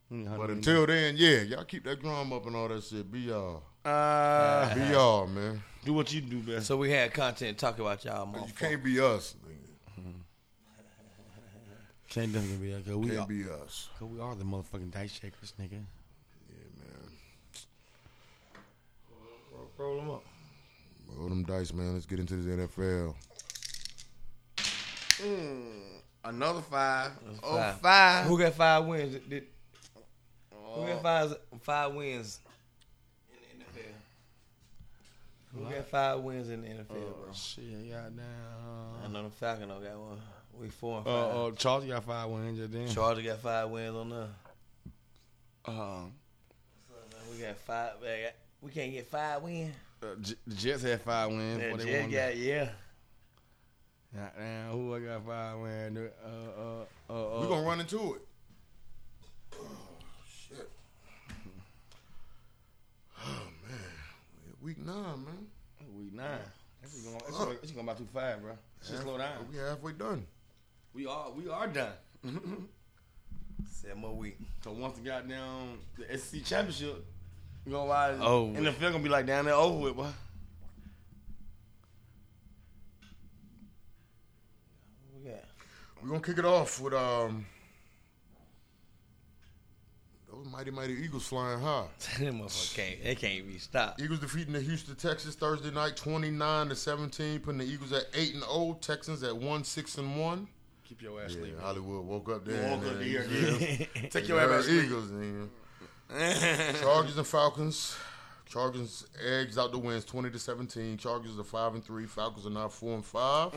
Speaker 2: You need a
Speaker 1: But
Speaker 2: hundred million.
Speaker 1: until then, yeah, y'all keep that drum up and all that shit. Be
Speaker 2: *laughs*
Speaker 1: y'all,
Speaker 2: uh,
Speaker 1: be y'all, man.
Speaker 2: do what you do best.
Speaker 3: So we had content talk about y'all.
Speaker 1: You
Speaker 3: motherfucker.
Speaker 1: can't be us, nigga.
Speaker 2: Can't definitely be that. Cause we,
Speaker 1: Can't
Speaker 2: are,
Speaker 1: be us.
Speaker 2: cause we are the motherfucking dice shakers, nigga.
Speaker 1: Yeah, man.
Speaker 2: Roll them up.
Speaker 1: Roll them dice, man. Let's get into this NFL.
Speaker 2: Hmm. Another five.
Speaker 3: Oh, five.
Speaker 2: five.
Speaker 3: Who got five wins? Did, did- who got five five wins in the NFL? Who got five wins in the NFL, bro?
Speaker 2: Oh, Shit,
Speaker 3: I
Speaker 2: goddamn.
Speaker 3: know the Falcon don't got one. We four and
Speaker 2: Uh,
Speaker 3: five.
Speaker 2: uh, Charles got five wins. just Then.
Speaker 3: Charger got five wins on us.
Speaker 2: Um,
Speaker 3: We got five. they got- We can't get five wins.
Speaker 2: uh, J- the Jets had five wins.
Speaker 3: Yeah,
Speaker 2: before they
Speaker 3: Jet
Speaker 2: won the-
Speaker 3: got yeah.
Speaker 2: Goddamn, who I got five man? Uh, uh, uh, uh,
Speaker 1: We're gonna run into it. Oh shit. Oh man. Week nine, man.
Speaker 2: week nine. This is going, this is going, this is going about too fast, bro. Just slow down.
Speaker 1: We halfway done.
Speaker 2: We are, we are done. *laughs*
Speaker 3: Seven more weeks.
Speaker 2: so once the goddamn the SEC championship, we gonna ride.
Speaker 3: Oh,
Speaker 2: and the field gonna be like down there over with, boy.
Speaker 3: We got *laughs*
Speaker 1: We're gonna kick it off with um those mighty mighty Eagles flying high.
Speaker 3: them motherfuckers can't. They can't be *laughs* stopped.
Speaker 1: Eagles defeating the Houston Texans Thursday night, twenty nine to seventeen, putting the Eagles at eight and 0, Texans at one six and one.
Speaker 2: Keep your ass
Speaker 1: Yeah,
Speaker 2: sleeping.
Speaker 1: Hollywood woke up there.
Speaker 2: Woke
Speaker 1: and,
Speaker 2: up
Speaker 1: uh,
Speaker 2: here,
Speaker 1: yeah.
Speaker 2: *laughs* Take your ass sleep.
Speaker 1: Eagles. nigga. Chargers and Falcons. Chargers eggs out the wins, twenty to seventeen. Chargers are five and three. Falcons are now four and five.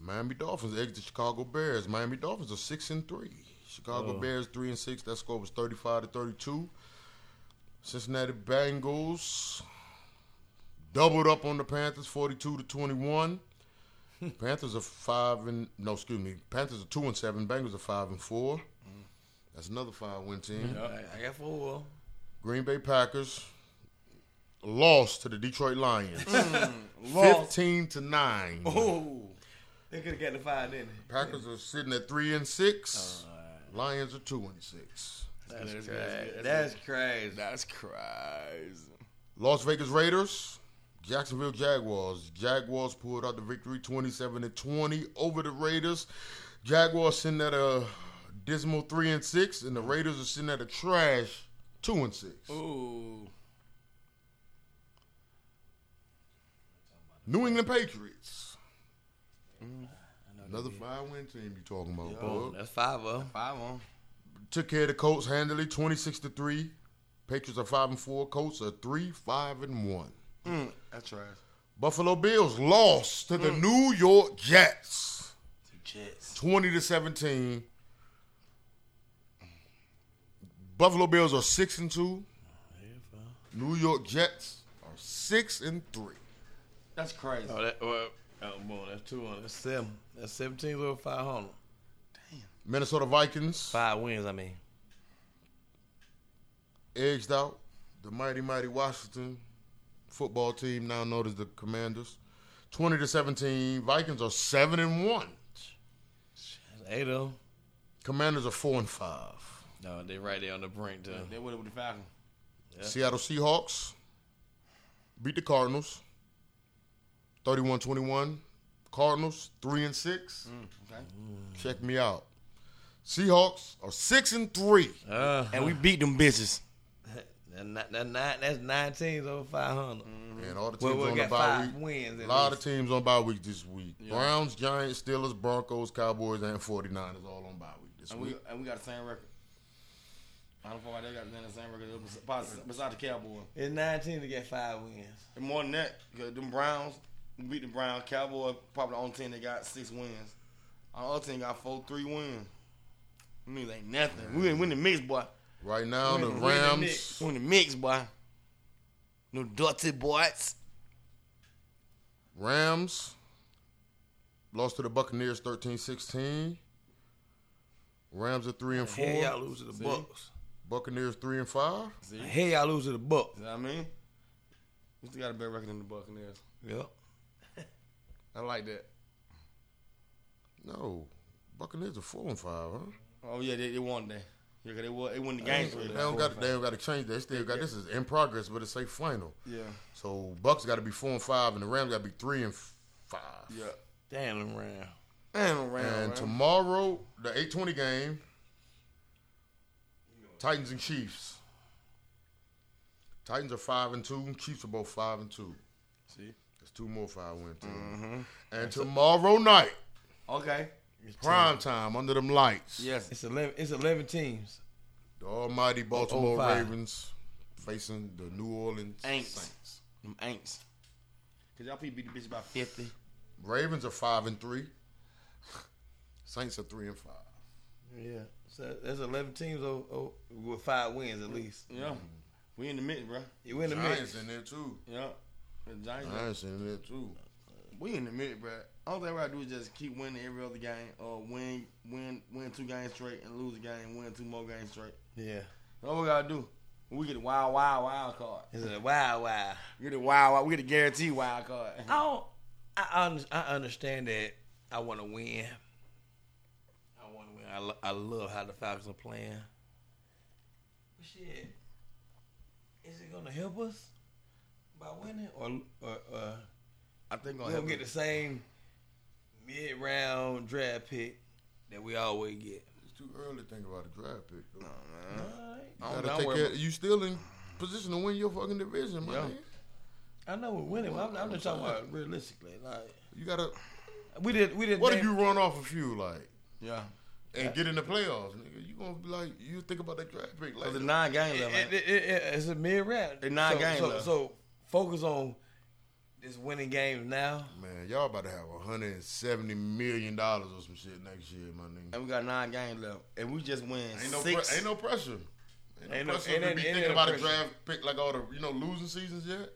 Speaker 1: Miami Dolphins eggs the Chicago Bears. Miami Dolphins are six and three.
Speaker 2: Oh.
Speaker 1: Chicago Bears three and six. That score was thirty-five to thirty-two. Cincinnati Bengals doubled up on the Panthers, forty-two to twenty-one. Panthers are five and no, excuse me. Panthers are two and seven. Bengals are five and four. That's another five-win team.
Speaker 3: I, I got four.
Speaker 1: Green Bay Packers lost to the Detroit Lions,
Speaker 2: Lost.
Speaker 1: fifteen to nine.
Speaker 3: Oh, they could have got the five, didn't they?
Speaker 1: Packers are sitting at three and six. Lions are two and six.
Speaker 3: That's
Speaker 2: good, that's
Speaker 3: crazy.
Speaker 2: good, that's good,
Speaker 3: That's
Speaker 2: that's
Speaker 3: crazy.
Speaker 2: That's crazy.
Speaker 1: Las Vegas Raiders, Jacksonville Jaguars. Jaguars pulled out the victory 27 to 20 over the Raiders. Jaguars sitting at a dismal 3 and 6, and the Raiders are sitting at a trash 2 and 6.
Speaker 2: Ooh.
Speaker 1: New England Patriots. Another five win team you talking about,
Speaker 3: Oh,
Speaker 1: bub.
Speaker 3: that's five of them.
Speaker 2: Five on.
Speaker 1: Took care of the Colts handily 26 to 3. Patriots are 5 and 4. Colts are 3, 5 and 1.
Speaker 2: Mm, that's trash.
Speaker 1: Buffalo Bills lost to the New York Jets.
Speaker 3: Jets.
Speaker 1: 20 to 17. Buffalo Bills are 6 and 2. New York Jets are 6 and 3.
Speaker 2: That's crazy.
Speaker 3: Oh, that, well, oh, boy, that's two on. That's seven. That's 17 over 500.
Speaker 1: Minnesota Vikings
Speaker 3: Five wins, I mean.
Speaker 1: edged out the mighty mighty Washington football team now known as the Commanders. 20 to 17. Vikings are 7 and 1.
Speaker 3: That's eight of them.
Speaker 1: Commanders are 4 and 5.
Speaker 3: No, they right there on the brink, too.
Speaker 2: They would have with the Falcons.
Speaker 3: Yeah.
Speaker 1: Seattle Seahawks beat the Cardinals 31-21. Cardinals 3 and 6.
Speaker 3: Mm,
Speaker 2: Okay.
Speaker 1: Check me out. Seahawks are six and three.
Speaker 3: Uh,
Speaker 2: And we beat them bitches.
Speaker 3: that's, not, that's, not, that's nine teams over 500.
Speaker 1: And all the teams
Speaker 3: Mm-hmm. Well, we
Speaker 1: on the
Speaker 3: got
Speaker 1: bye
Speaker 3: five
Speaker 1: week.
Speaker 3: wins.
Speaker 1: A
Speaker 3: at
Speaker 1: lot of
Speaker 3: least.
Speaker 1: teams on bye week this week. Browns, Giants, Steelers, Broncos, Cowboys, and 49ers all on bye week this
Speaker 2: And
Speaker 1: week.
Speaker 2: we and we got the same record. I don't know why they got the same record besides, besides the Cowboys.
Speaker 3: It's nine teams to get five wins.
Speaker 2: And more than that, 'cause them Browns we beat the Browns. Cowboys probably the only team that got six wins. Our other team got four, three wins. I mean, ain't nothing. We in, we in the mix, boy.
Speaker 1: Right now, the
Speaker 2: We in we in the
Speaker 1: Rams,
Speaker 2: mix. We in the mix, boy. No dirty boys.
Speaker 1: Rams lost to the Buccaneers 13-16. Rams are three and four.
Speaker 3: Hell, y'all lose to the Bucks.
Speaker 1: Buccaneers three and five.
Speaker 3: Hell, y'all lose to the Bucks.
Speaker 2: You know what I mean? We still got a better record than the Buccaneers.
Speaker 3: Yep.
Speaker 2: I like that.
Speaker 1: No, Buccaneers are four and five, huh?
Speaker 2: Oh yeah, they, they won that. Yeah, 'cause they won. They won the game.
Speaker 1: They don't got. They don't got to change that. They still got. This is in progress, but it's say final.
Speaker 2: Yeah,
Speaker 1: So Bucks got to be four and five, and the Rams got to be three and f- five.
Speaker 2: yeah.
Speaker 3: Damn them round.
Speaker 2: And around.
Speaker 1: And
Speaker 2: right?
Speaker 1: tomorrow, the eight twenty game, Titans and Chiefs. Titans are five and two. Chiefs are both five and two.
Speaker 2: See?
Speaker 1: That's two more five win teams. And tomorrow night,
Speaker 2: Okay.
Speaker 1: prime time under them lights,
Speaker 2: Yes.
Speaker 3: It's eleven. It's eleven teams.
Speaker 1: the Almighty Baltimore
Speaker 3: Oh, five.
Speaker 1: Ravens facing the New Orleans
Speaker 2: Aints.
Speaker 1: Saints.
Speaker 2: Them ain'ts. Cause y'all people beat the bitch by fifty.
Speaker 1: Ravens are five and three. Saints are three and five.
Speaker 3: Yeah. So that's eleven teams over, over, with five wins at least.
Speaker 2: Yeah. We in the mix, bro.
Speaker 3: You win the
Speaker 1: Giants
Speaker 3: mix.
Speaker 1: in there too.
Speaker 2: Yeah. The Giants.
Speaker 1: Giants in there too.
Speaker 2: We in the mix, bro. All they gotta do is just keep winning every other game, or win, win, win two games straight, and lose a game, win two more games straight.
Speaker 3: Yeah.
Speaker 2: That's all we gotta do. We get a wild, wild, wild card.
Speaker 3: It's a wild, wild.
Speaker 2: We get a wild, wild. We get a guaranteed wild card.
Speaker 3: I don't. I, un- I understand that I want to win. I want to win. I, lo- I love how the Falcons are playing. But shit, is it gonna help us by winning or or, or
Speaker 2: I think
Speaker 3: we gonna get *laughs* the same mid round draft pick that we always get?
Speaker 1: It's too early to think about a draft pick. though.
Speaker 3: Alright.
Speaker 2: I
Speaker 1: You
Speaker 2: don't
Speaker 1: gotta
Speaker 2: know
Speaker 1: take
Speaker 2: where-
Speaker 1: care- you still in position to win your fucking division, man.
Speaker 2: Yeah.
Speaker 3: I know we're winning. But I'm, I'm just talking about realistically. Like
Speaker 1: You gotta.
Speaker 3: we did. We did.
Speaker 1: What if you run off a few like
Speaker 2: Yeah.
Speaker 1: and get in the playoffs, nigga? You gonna be like you think about that draft pick like
Speaker 2: Cause it's nine games
Speaker 3: It,
Speaker 2: left. man.
Speaker 3: it, it, it- it's a mid round.
Speaker 2: They nine
Speaker 3: so,
Speaker 2: games
Speaker 3: So,
Speaker 2: left.
Speaker 3: so focus on this winning game now.
Speaker 1: man. Y'all about to have hundred and seventy million dollars or some shit next year, my nigga.
Speaker 2: And we got nine games left, and we just win
Speaker 1: Ain't no,
Speaker 2: six.
Speaker 1: pre- ain't no pressure. Ain't no
Speaker 3: Ain't no-
Speaker 1: pressure
Speaker 3: ain't
Speaker 1: to
Speaker 3: that-
Speaker 1: be
Speaker 3: ain't
Speaker 1: thinking
Speaker 3: that
Speaker 1: about a
Speaker 3: pressure.
Speaker 1: draft pick like all the you know losing seasons yet.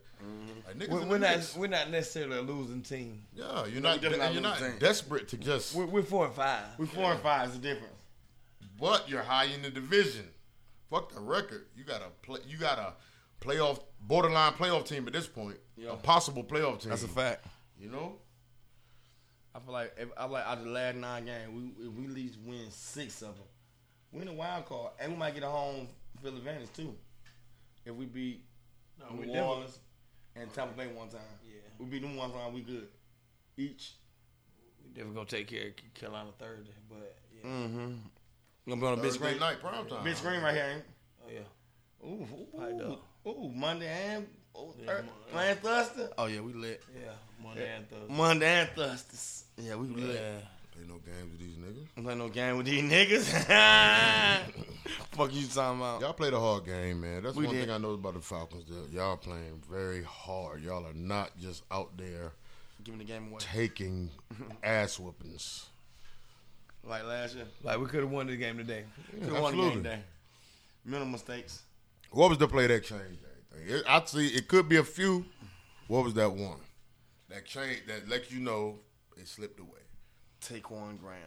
Speaker 1: Like, niggas
Speaker 3: We're,
Speaker 1: in
Speaker 3: we're
Speaker 1: the
Speaker 3: not
Speaker 1: mix.
Speaker 3: we're not necessarily a losing team.
Speaker 1: Yeah, you're
Speaker 2: No,
Speaker 1: not.
Speaker 2: we definitely
Speaker 1: and you're
Speaker 2: not
Speaker 1: not
Speaker 2: losing.
Speaker 1: desperate to just.
Speaker 3: We're, we're four and five.
Speaker 2: we four and five is the difference.
Speaker 1: But you're high in the division. Fuck the record. You got a play. You got a playoff borderline playoff team at this point.
Speaker 2: Yeah.
Speaker 1: A possible playoff team.
Speaker 2: fact.
Speaker 1: You know.
Speaker 2: I feel like if, I feel like out of the last nine games, we if we at least win six of them, We're in a wild card, and we might get a home field advantage too if we beat
Speaker 3: No,
Speaker 2: New
Speaker 3: we definitely.
Speaker 2: Orleans and Tampa Bay one time.
Speaker 3: Yeah.
Speaker 2: we beat them one time. We good. Each.
Speaker 3: We definitely gonna take care of Carolina Thursday, but yeah.
Speaker 2: Mm-hmm. Gonna be on a bitch
Speaker 1: Thursday
Speaker 2: green.
Speaker 1: night prime time.
Speaker 2: Bitch green right here. Ain't it?
Speaker 3: Oh yeah.
Speaker 2: Ooh,
Speaker 3: Pike
Speaker 2: ooh,
Speaker 3: dog.
Speaker 2: ooh, ooh, Monday and oh,
Speaker 3: Yeah, uh,
Speaker 2: Thur-
Speaker 3: Monday.
Speaker 2: Monday and Thursday. Oh yeah, we lit.
Speaker 3: Yeah. Monday and Thursday.
Speaker 2: Monday and Thursdays. Yeah, we lit.
Speaker 3: Yeah.
Speaker 1: Ain't no games with these niggas.
Speaker 2: I'm playing no game with these *laughs* niggas. Fuck you talking about?
Speaker 1: Y'all played a hard game, man. That's
Speaker 2: We
Speaker 1: one
Speaker 2: did.
Speaker 1: thing I know about the Falcons. that Y'all playing very hard. Y'all are not just out there
Speaker 2: Giving the game away
Speaker 1: taking ass whoopings.
Speaker 2: like last year.
Speaker 3: Like we could have won this game today.
Speaker 2: Could've won the game
Speaker 1: absolutely.
Speaker 2: today. Minimal mistakes.
Speaker 1: What was the play that changed everything? It, I'd say it could be a few. What was that one? That change that let you know it slipped away.
Speaker 2: Take one ground.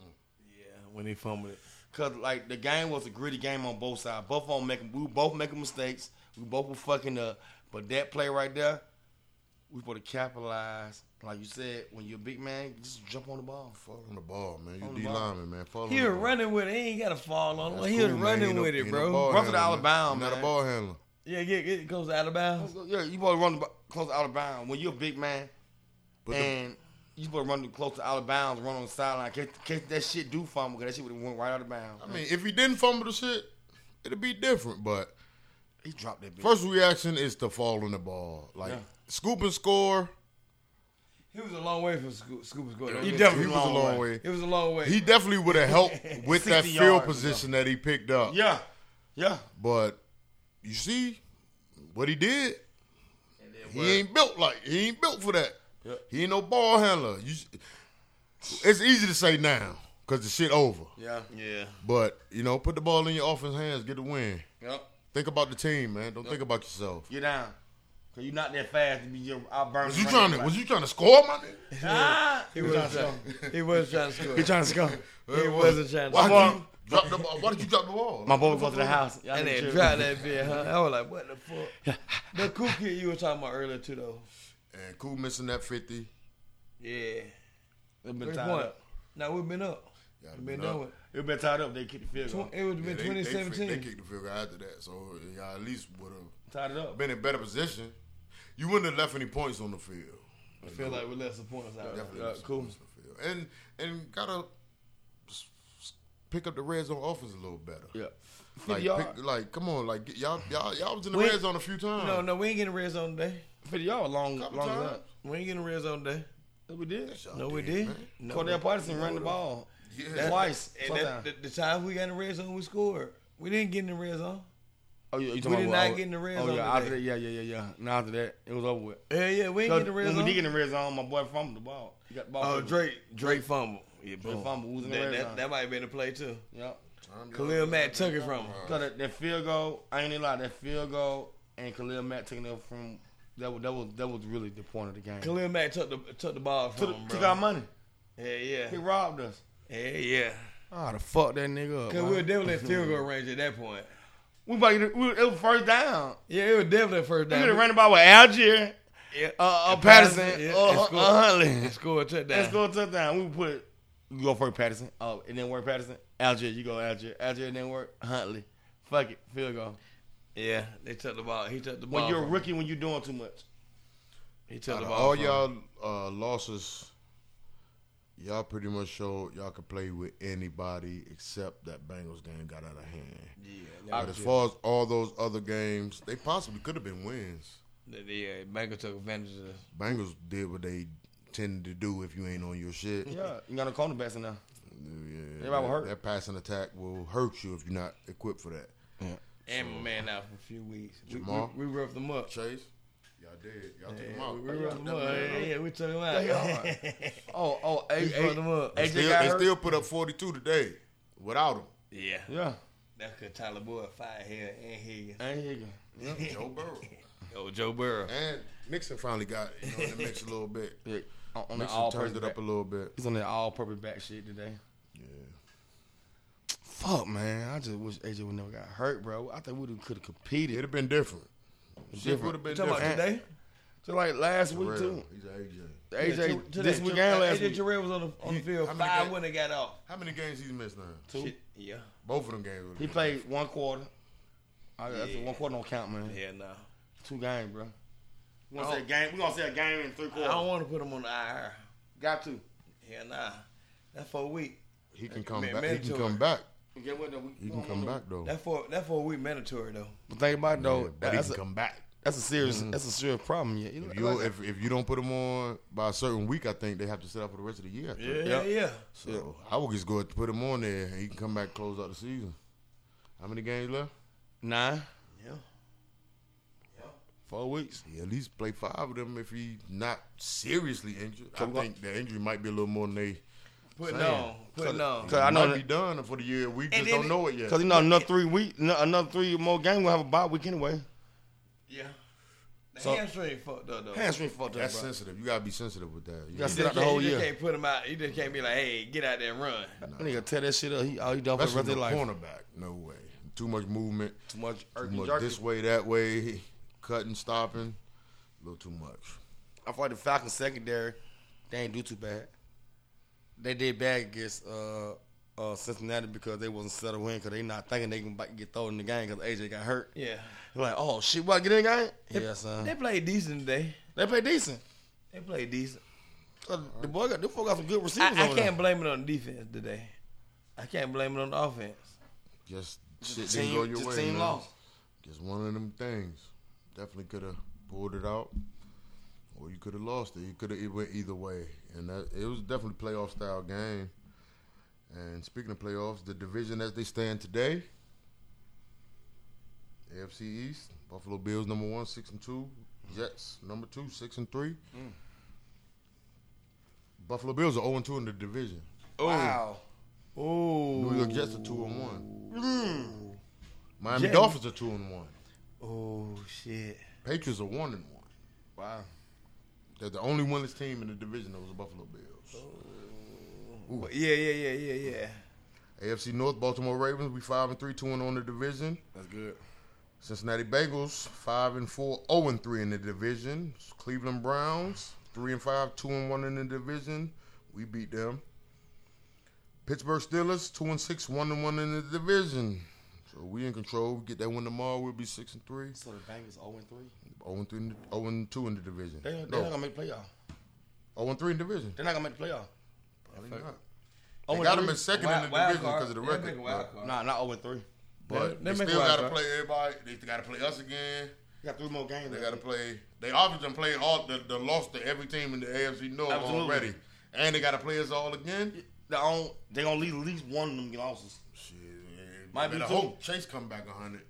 Speaker 3: Yeah. When they fumbled it.
Speaker 2: Cause like the game was a gritty game on both sides. Both on making we both making mistakes. We both were fucking up. But that play right there, we supposed to capitalize. Like you said, when you're a big man, just jump on the ball.
Speaker 1: Fall on the ball, man.
Speaker 2: On
Speaker 1: You
Speaker 2: the
Speaker 1: D
Speaker 2: ball.
Speaker 1: lineman, man. Fall
Speaker 3: He
Speaker 1: on
Speaker 3: was
Speaker 1: the ball.
Speaker 3: running with it. He ain't got to fall on
Speaker 1: That's
Speaker 3: him. He
Speaker 1: cool,
Speaker 3: was
Speaker 1: man.
Speaker 3: running
Speaker 1: Ain't no-
Speaker 3: with it,
Speaker 1: ain't no
Speaker 3: bro.
Speaker 1: ball
Speaker 2: Roughing
Speaker 1: handler,
Speaker 2: out of
Speaker 1: man.
Speaker 2: bounds,
Speaker 1: Not
Speaker 2: man.
Speaker 1: a ball handler.
Speaker 3: yeah, yeah, it goes out of bounds.
Speaker 2: Yeah, you supposed to run the, bo- close to out of bounds. When you're a big man,
Speaker 1: But the-
Speaker 2: and you supposed to run the- close to out of bounds, run on the sideline. Catch, catch that shit do fumble, 'cause that shit would have went right out of bounds.
Speaker 1: I mean, if he didn't fumble the shit, it'd be different. But
Speaker 2: he dropped that bitch.
Speaker 1: first reaction is to fall on the ball, like
Speaker 2: Yeah.
Speaker 1: scoop and score.
Speaker 3: He was a long way from scoop, scoop and score.
Speaker 2: He
Speaker 3: He,
Speaker 2: definitely
Speaker 1: he was a long way.
Speaker 3: it was a long way.
Speaker 1: He definitely would have helped with that
Speaker 2: 60
Speaker 1: field
Speaker 2: yards,
Speaker 1: position that he picked up.
Speaker 2: yeah, yeah.
Speaker 1: But you see what he did.
Speaker 3: And then
Speaker 1: He
Speaker 3: what-
Speaker 1: ain't built like he ain't built for that.
Speaker 2: Yeah.
Speaker 1: He ain't no ball handler. You, it's easy to say now because the shit over.
Speaker 2: Yeah.
Speaker 3: yeah.
Speaker 1: But you know, put the ball in your offense hands, get the win.
Speaker 2: Yep.
Speaker 1: Think about the team, man. Don't think about yourself.
Speaker 2: Get down. Cause you're not that fast to be your out burn.
Speaker 1: Was you trying to? Was you trying to score, my nigga?
Speaker 2: ah,
Speaker 3: He, was trying, he was trying to score. He,
Speaker 2: trying to *laughs* score.
Speaker 3: wasn't trying to
Speaker 1: Why
Speaker 3: score.
Speaker 1: did you drop the ball? Why did you drop the ball?
Speaker 2: My boy go to the house. Y'all
Speaker 3: And
Speaker 2: need
Speaker 3: they
Speaker 2: to
Speaker 3: dropped that bit, huh? I was like, what the fuck? the cool kid you were talking about earlier, too, though.
Speaker 1: and Cool missing that fifty.
Speaker 3: Yeah.
Speaker 2: It
Speaker 3: Three
Speaker 2: been tied
Speaker 3: point.
Speaker 2: up.
Speaker 3: Now we've been up.
Speaker 1: Y'all
Speaker 3: We've been
Speaker 1: been up.
Speaker 3: done with.
Speaker 2: It been tied up. They kicked the field goal.
Speaker 3: Tw- It would have
Speaker 1: Yeah,
Speaker 3: been
Speaker 1: they- they- They,
Speaker 3: 2017.
Speaker 1: kicked the field goal after that, so y'all at least would have
Speaker 2: Tied it up.
Speaker 1: been in better position. You wouldn't have left any points on the field.
Speaker 3: I feel like we left some points out.
Speaker 1: Definitely
Speaker 2: Yeah,
Speaker 1: lose some
Speaker 2: cool.
Speaker 1: points on the field. And and gotta s- s- pick up the red zone offense a little better.
Speaker 2: Yeah.
Speaker 1: Like,
Speaker 2: yard.
Speaker 1: pick, like, come on, like get- y'all, y'all, y'all was in the
Speaker 3: We-
Speaker 1: red zone a few times.
Speaker 3: No, no, we ain't getting a red zone today.
Speaker 2: Fifty yard long,
Speaker 1: Couple
Speaker 2: long as
Speaker 1: times.
Speaker 2: that.
Speaker 3: We ain't getting a red zone today.
Speaker 2: That we did.
Speaker 1: Y'all
Speaker 3: No, we
Speaker 1: did,
Speaker 3: did.
Speaker 1: man.
Speaker 3: No,
Speaker 2: Cordell
Speaker 3: we-
Speaker 2: Patterson ran the ball
Speaker 1: Yeah.
Speaker 2: twice.
Speaker 3: And that, the, the time we got in the red zone, we scored. We didn't get in the red zone.
Speaker 2: oh, you, you
Speaker 3: we did not get in the red
Speaker 2: Oh
Speaker 3: zone
Speaker 2: yeah, after that,
Speaker 3: today.
Speaker 2: yeah, yeah, yeah, yeah. Now after that, it was over with.
Speaker 3: Yeah, yeah, we ain't
Speaker 2: When
Speaker 3: getting the red
Speaker 2: we
Speaker 3: zone.
Speaker 2: did get in the red zone, my boy fumbled the ball. He got the ball.
Speaker 3: Oh,
Speaker 2: fumbled.
Speaker 3: Drake, Drake fumble. Yeah,
Speaker 2: Drake
Speaker 3: boom.
Speaker 2: fumble. Who's in the
Speaker 3: that,
Speaker 2: red
Speaker 3: that,
Speaker 2: zone?
Speaker 3: that might have been the play too.
Speaker 2: Yep.
Speaker 1: Time
Speaker 3: Khalil
Speaker 1: y'all-
Speaker 3: Mack took it from him.
Speaker 2: Cause that, that field goal, I ain't gonna lie, that field goal and Khalil Mack taking it from that was that was that was really the point of the game.
Speaker 3: Khalil Mack took the took the ball from
Speaker 2: took,
Speaker 3: him,
Speaker 2: took
Speaker 3: bro.
Speaker 2: our money.
Speaker 3: yeah, yeah,
Speaker 2: He robbed us.
Speaker 3: yeah, yeah.
Speaker 2: Ah, the fuck that nigga up.
Speaker 3: Cause we were definitely in
Speaker 2: *laughs*
Speaker 3: field goal range at that point.
Speaker 2: we about to get, we, it was first down.
Speaker 3: Yeah, it was definitely a first
Speaker 2: We
Speaker 3: down.
Speaker 2: could have ran the ball with Algier,
Speaker 3: Yeah.
Speaker 2: uh, uh
Speaker 3: And
Speaker 2: Patterson,
Speaker 3: yeah,
Speaker 2: uh,
Speaker 3: and
Speaker 2: uh,
Speaker 3: scored.
Speaker 2: Huntley.
Speaker 3: and score a touchdown.
Speaker 2: Let's go touchdown. We put you go first, Patterson. Oh, it didn't work, Patterson. Algier, you go Algier. Algier it didn't work. Huntley, fuck it, field goal.
Speaker 3: Yeah, they took the ball. He took the ball.
Speaker 2: When you're a
Speaker 3: from him.
Speaker 2: rookie, when you're doing too much,
Speaker 3: he took
Speaker 1: Out
Speaker 3: the
Speaker 1: of
Speaker 3: ball.
Speaker 1: all
Speaker 3: from him.
Speaker 1: y'all uh, losses, y'all pretty much showed y'all could play with anybody except that Bengals game got out of hand.
Speaker 3: Yeah,
Speaker 1: But as far as all those other games, they possibly could have been wins.
Speaker 3: the, the uh, Bengals took advantage of this.
Speaker 1: Bengals did what they tend to do if you ain't on your shit.
Speaker 2: yeah, *laughs* you got no cornerbacks in there.
Speaker 1: Yeah,
Speaker 2: Everybody
Speaker 1: that,
Speaker 2: will hurt.
Speaker 1: That passing attack will hurt you if you're not equipped for that.
Speaker 3: And my man out for a few weeks. We,
Speaker 1: Jamal?
Speaker 3: we, we roughed them up.
Speaker 1: Chase, y'all did. Y'all took him
Speaker 3: Yeah,
Speaker 1: out.
Speaker 3: we, we
Speaker 1: Y'all
Speaker 3: roughed them
Speaker 1: took
Speaker 3: up.
Speaker 1: that man
Speaker 3: Yeah,
Speaker 1: out.
Speaker 3: yeah, we took them out. *laughs*
Speaker 2: Oh, oh,
Speaker 3: we
Speaker 2: AJ,
Speaker 3: fucked them up.
Speaker 2: AJ
Speaker 1: Still,
Speaker 2: got
Speaker 1: they
Speaker 2: hurt.
Speaker 1: still put up 42 today without him.
Speaker 3: yeah,
Speaker 2: yeah,
Speaker 3: that's because Tyler Boyd fired here and Higgins.
Speaker 2: and
Speaker 1: *laughs*
Speaker 2: Higgins.
Speaker 1: Joe Burrow.
Speaker 3: Oh, Joe Burrow.
Speaker 1: And Nixon finally got you know, in the mix a little bit.
Speaker 2: Yeah, on, *laughs* on the
Speaker 1: Nixon
Speaker 2: all
Speaker 1: turned
Speaker 2: purpose
Speaker 1: it up a little bit.
Speaker 2: He's on that all purpose back shit today.
Speaker 1: Yeah.
Speaker 2: Fuck man, I just wish AJ would never got hurt, bro. I think we could have
Speaker 1: It'd
Speaker 2: competed.
Speaker 1: have been different. Shit
Speaker 2: Different.
Speaker 1: would have been
Speaker 3: You talking
Speaker 1: different.
Speaker 3: about today?
Speaker 2: Just like last week
Speaker 1: Terrell,
Speaker 2: too.
Speaker 1: He's an AJ.
Speaker 3: Yeah,
Speaker 2: AJ
Speaker 3: to-
Speaker 2: this
Speaker 3: today,
Speaker 2: week
Speaker 3: to-
Speaker 2: and last
Speaker 3: AJ
Speaker 2: week.
Speaker 3: Terrell was on the, on the field.
Speaker 1: how many
Speaker 3: Five
Speaker 1: guys-
Speaker 3: when they got off.
Speaker 1: How many games he's missed now?
Speaker 2: Two.
Speaker 3: Shit, Yeah.
Speaker 1: Both of them games.
Speaker 2: He played one quarter. I, That's
Speaker 3: Yeah.
Speaker 2: one quarter don't count, man.
Speaker 3: Yeah, no.
Speaker 2: Two games, bro. We gonna
Speaker 3: I
Speaker 2: say a game. We gonna say a game in three
Speaker 3: I don't
Speaker 2: quarters.
Speaker 3: want to put him on the IR.
Speaker 2: Got to.
Speaker 3: Yeah, nah. That's for a week.
Speaker 1: He can come
Speaker 3: Man-
Speaker 1: back. He can
Speaker 3: mandatory.
Speaker 1: come back.
Speaker 2: And Get what? though? We,
Speaker 1: He can come back though.
Speaker 3: That's for that's for a week mandatory though.
Speaker 2: But think about it, though.
Speaker 1: Yeah, but he
Speaker 2: that's,
Speaker 1: can
Speaker 2: a,
Speaker 1: come back.
Speaker 2: that's a serious. That's a serious problem. Yeah. You know,
Speaker 1: If you
Speaker 2: like-
Speaker 1: if, if you don't put him on by a certain week, I think they have to sit out for the rest of the year. I think.
Speaker 3: Yeah,
Speaker 2: Yep.
Speaker 3: yeah.
Speaker 1: So I would just go ahead and put him on there, and he can come back and close out the season. How many games left?
Speaker 2: nine,
Speaker 3: Yeah.
Speaker 2: four weeks.
Speaker 1: He at least play five of them if he not seriously injured.
Speaker 2: So
Speaker 1: I
Speaker 2: we gon-
Speaker 1: think the injury might be a little more than they.
Speaker 3: Putting
Speaker 1: Saying.
Speaker 3: on. Putting on.
Speaker 2: Cause I know
Speaker 1: might
Speaker 2: that-
Speaker 1: be done for the year. We just
Speaker 3: then
Speaker 1: don't
Speaker 3: it-
Speaker 1: know it yet.
Speaker 2: Cause you know another three week, no- another three more game. We'll have a bye week anyway.
Speaker 3: Yeah. The
Speaker 2: So-
Speaker 3: hamstring fucked up though.
Speaker 2: Hamstring fucked up,
Speaker 1: That's
Speaker 2: bro.
Speaker 1: sensitive. You gotta be sensitive with that. You
Speaker 2: gotta
Speaker 1: know?
Speaker 2: sit out the
Speaker 3: can't-
Speaker 2: whole
Speaker 3: you
Speaker 2: year.
Speaker 3: just can't put him out. You just can't be like, hey, get out there and run.
Speaker 2: That Nigga, tear that shit up. He all he done for the
Speaker 1: Especially
Speaker 2: rest of his
Speaker 1: no
Speaker 2: life.
Speaker 1: cornerback. No way. Too much movement.
Speaker 2: Too much
Speaker 1: Too
Speaker 2: irky
Speaker 1: much
Speaker 2: jerky.
Speaker 1: this way, that way, cutting, stopping. A little too much.
Speaker 2: I feel like the Falcons secondary, they ain't do too bad. They did bad against uh, uh, Cincinnati because they wasn't settled in because they not thinking they can about to get thrown in the game because AJ got hurt.
Speaker 3: Yeah.
Speaker 2: They're like, oh shit, what get in the game? yeah, son.
Speaker 3: They
Speaker 2: They,
Speaker 3: played decent today.
Speaker 2: play decent.
Speaker 3: They played decent.
Speaker 2: So the boy got, the boy got some good
Speaker 3: I,
Speaker 2: receivers.
Speaker 3: I
Speaker 2: over there.
Speaker 3: can't blame it on defense today. I can't blame it on the offense.
Speaker 1: Just
Speaker 2: The
Speaker 1: shit didn't
Speaker 2: team,
Speaker 1: go your
Speaker 2: the
Speaker 1: way.
Speaker 2: team
Speaker 1: man.
Speaker 2: lost.
Speaker 1: Just one of them things. Definitely could have pulled it out, or you could have lost it. You could have it went either way, and that, it was definitely playoff style game. And speaking of playoffs, the division as they stand today, AFC East, Buffalo Bills number one, six and two, Jets number two, six and three. Buffalo Bills are zero and two in the division.
Speaker 2: Wow.
Speaker 3: Oh.
Speaker 1: New York Jets are two and one. Miami Dolphins are two and one.
Speaker 3: Oh shit.
Speaker 1: Patriots are one and one.
Speaker 2: Wow.
Speaker 1: They're the only winless team in the division that was the Buffalo Bills.
Speaker 3: But yeah, yeah, yeah, yeah, yeah.
Speaker 1: AFC North, Baltimore Ravens, we five and three, two and on the division.
Speaker 2: That's good.
Speaker 1: Cincinnati Bengals, five and four, zero and three in the division. Cleveland Browns, three and five, two and one in the division. We beat them. Pittsburgh Steelers, two and six, one and one in the division. So we in control. We get that win tomorrow. We'll be six and three,
Speaker 2: So the Bengals 0 and 3.
Speaker 1: zero oh and three, in the- zero and two in the division.
Speaker 2: They, they're
Speaker 1: no,
Speaker 2: not going to make the playoff.
Speaker 1: zero and three in the division.
Speaker 2: They're not going to make the playoff.
Speaker 1: Probably not.
Speaker 2: Oh,
Speaker 1: They
Speaker 2: and
Speaker 1: got them
Speaker 2: three?
Speaker 1: in second in the
Speaker 3: Wild
Speaker 1: division
Speaker 3: card.
Speaker 1: because of the
Speaker 3: Yeah,
Speaker 1: record.
Speaker 3: make a wild
Speaker 1: but-
Speaker 3: card.
Speaker 2: Nah, not 0 and 3. You
Speaker 1: But
Speaker 3: They
Speaker 1: they,
Speaker 3: make
Speaker 1: still
Speaker 3: a wild
Speaker 1: got to
Speaker 3: card.
Speaker 1: play everybody. They got to play us again.
Speaker 2: got three more games.
Speaker 1: They got to play. They obviously done played all the, the loss to every team in the AFC North
Speaker 2: Absolutely.
Speaker 1: already, and they got to play us all again.
Speaker 2: They're on, they gonna lead at least one of them losses.
Speaker 1: Shit,
Speaker 2: Might
Speaker 1: might
Speaker 2: be
Speaker 1: be
Speaker 2: two.
Speaker 1: hope Chase come back hundred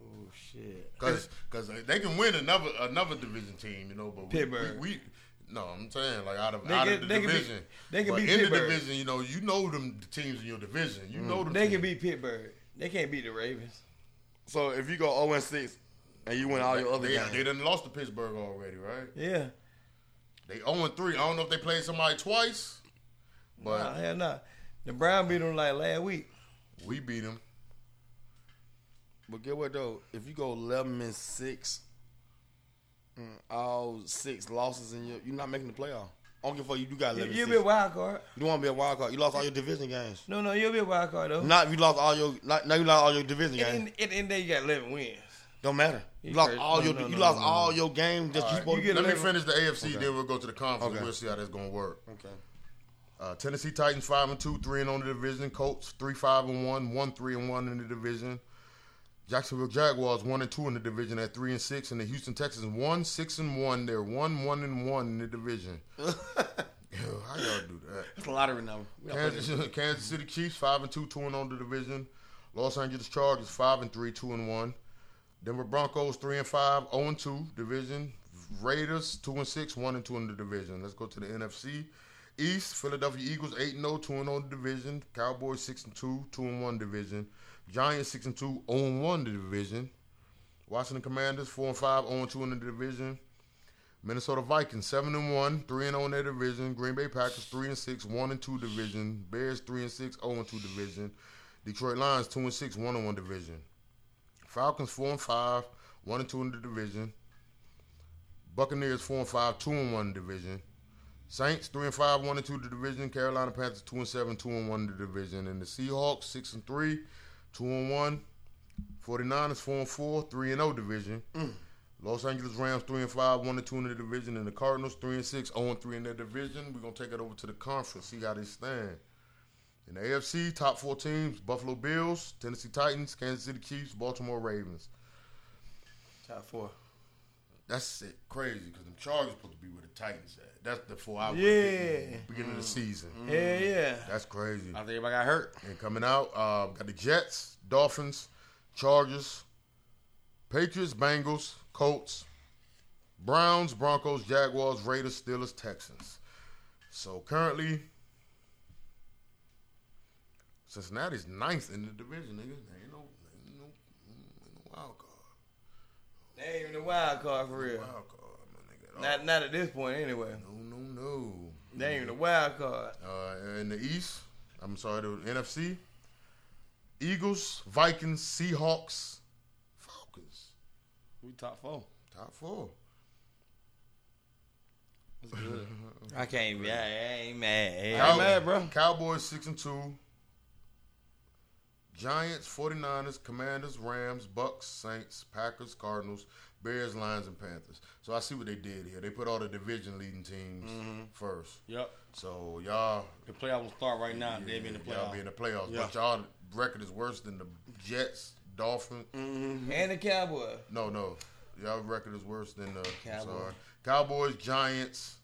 Speaker 3: Oh shit.
Speaker 1: because because they can win another another division team, you know. But we,
Speaker 3: Pittsburgh.
Speaker 1: We, we, no, I'm saying like out of
Speaker 3: They
Speaker 1: out
Speaker 3: can-
Speaker 1: of the
Speaker 3: they can be-
Speaker 1: division.
Speaker 3: they can
Speaker 1: but
Speaker 3: be
Speaker 1: in the
Speaker 3: Pittsburgh. Mm.
Speaker 1: division, you know, you know them the teams in your division. You know them.
Speaker 3: They
Speaker 1: teams.
Speaker 3: can beat Pittsburgh. They can't beat the Ravens.
Speaker 2: So if you go 0 and 6 and you win all your other
Speaker 1: They,
Speaker 2: games,
Speaker 1: they done lost to Pittsburgh already, right?
Speaker 3: Yeah.
Speaker 1: They 0 3. I don't know if they played somebody twice, but
Speaker 3: Nah, hell nah. The Brown beat them like last week.
Speaker 1: we beat them.
Speaker 2: but get what though? If you go 11 and 6, mm, all six losses and you're, you're not making the playoff. I don't give a fuck. You do got
Speaker 3: You,
Speaker 2: 11
Speaker 3: you'll
Speaker 2: and
Speaker 3: be a
Speaker 2: 6.
Speaker 3: wild card.
Speaker 2: You want to be a wild card. You lost all your division games.
Speaker 3: No, no, you'll be a wild card though.
Speaker 2: Not if you lost all your not, now you lost all your division
Speaker 3: And
Speaker 2: games.
Speaker 3: in, at the end of the day, you got eleven wins.
Speaker 2: Don't matter. You
Speaker 3: You
Speaker 2: lost
Speaker 3: crazy.
Speaker 2: all
Speaker 3: No,
Speaker 2: your
Speaker 3: no,
Speaker 2: you
Speaker 3: no,
Speaker 2: lost
Speaker 3: no, no.
Speaker 2: all your games that you supposed
Speaker 3: You get
Speaker 2: to
Speaker 1: Let me
Speaker 3: eleven.
Speaker 1: finish the AFC, then we'll go to the conference.
Speaker 2: Okay.
Speaker 1: We'll see how that's going to work.
Speaker 2: Okay.
Speaker 1: Uh, Tennessee Titans 5 and 2, 3 and on the division. Colts 3 5 and 1, 1 3 and 1 in the division. Jacksonville Jaguars 1 and 2 in the division at 3 and 6. And the Houston Texans 1 6 and 1. They're 1 1 and 1 in the division. Yo, how y'all do that?
Speaker 2: It's a lottery number. We gotta put it-
Speaker 1: Kansas, Kansas City Chiefs five and two, two and on the division. Los Angeles Chargers five and three, two and one. Denver Broncos three and five, zero and two division. Raiders two and six, one and two in the division. Let's go to the NFC East. Philadelphia Eagles eight and 0, 2 and on the division. Cowboys six and two, two and one division. Giants six and two, 0 and one the division. Washington Commanders four and five, 0 and two in the division. Minnesota Vikings seven and one, three and on their division. Green Bay Packers three and six, one and two division. Bears three and six, zero and two division. Detroit Lions two and six, one and one division. Falcons four and five, one and two in the division. Buccaneers four and five, two and one division. Saints three and five, one and two the division. Carolina Panthers two and seven, two and one the division. And the Seahawks six and three, two and one. 49ers four and four, three and zero division. Los Angeles Rams three and five, one and two in the division, and the Cardinals three and six, zero and three in their division. We're gonna take it over to the conference, see how they stand. In the AFC, top four teams: Buffalo Bills, Tennessee Titans, Kansas City Chiefs, Baltimore Ravens.
Speaker 2: Top four.
Speaker 1: That's it, crazy because the Chargers supposed to be where the Titans at. That's the four I was
Speaker 2: Yeah.
Speaker 1: picking, beginning of the season.
Speaker 3: Yeah, yeah.
Speaker 1: That's crazy.
Speaker 2: I think everybody got hurt.
Speaker 1: And coming out, uh, got the Jets, Dolphins, Chargers, Patriots, Bengals, Colts, Browns, Broncos, Jaguars, Raiders, Steelers, Texans. So currently, Cincinnati's ninth in the division, nigga. Ain't no, ain't no, ain't no wild card.
Speaker 3: They ain't even the wild card for real.
Speaker 1: Wild card, my nigga. at all.
Speaker 3: Not, not at this point, anyway.
Speaker 1: No, no, no.
Speaker 3: They ain't even the wild card.
Speaker 1: Uh, in the East, I'm sorry, the NFC, Eagles, Vikings, Seahawks, Falcons.
Speaker 2: We top four.
Speaker 1: Top four.
Speaker 2: That's good.
Speaker 3: I can't. be- I, I ain't mad.
Speaker 2: I
Speaker 1: Cow-
Speaker 2: ain't mad, bro.
Speaker 1: Cowboys six and two. Giants, 49ers, Commanders, Rams, Bucks, Saints, Packers, Cardinals, Bears, Lions, and Panthers. So I see what they did here. They put all the division leading teams
Speaker 2: Mm-hmm.
Speaker 1: first.
Speaker 2: Yep.
Speaker 1: So y'all,
Speaker 2: The playoff will start right now. they be in the
Speaker 1: y'all
Speaker 2: playoff.
Speaker 1: be in the playoffs.
Speaker 2: Yeah.
Speaker 1: But y'all record is worse than the Jets, Dolphins,
Speaker 3: And the Cowboy.
Speaker 1: No, no. Y'all record is worse than the I'm
Speaker 3: Cowboys.
Speaker 1: sorry. Cowboys, Giants,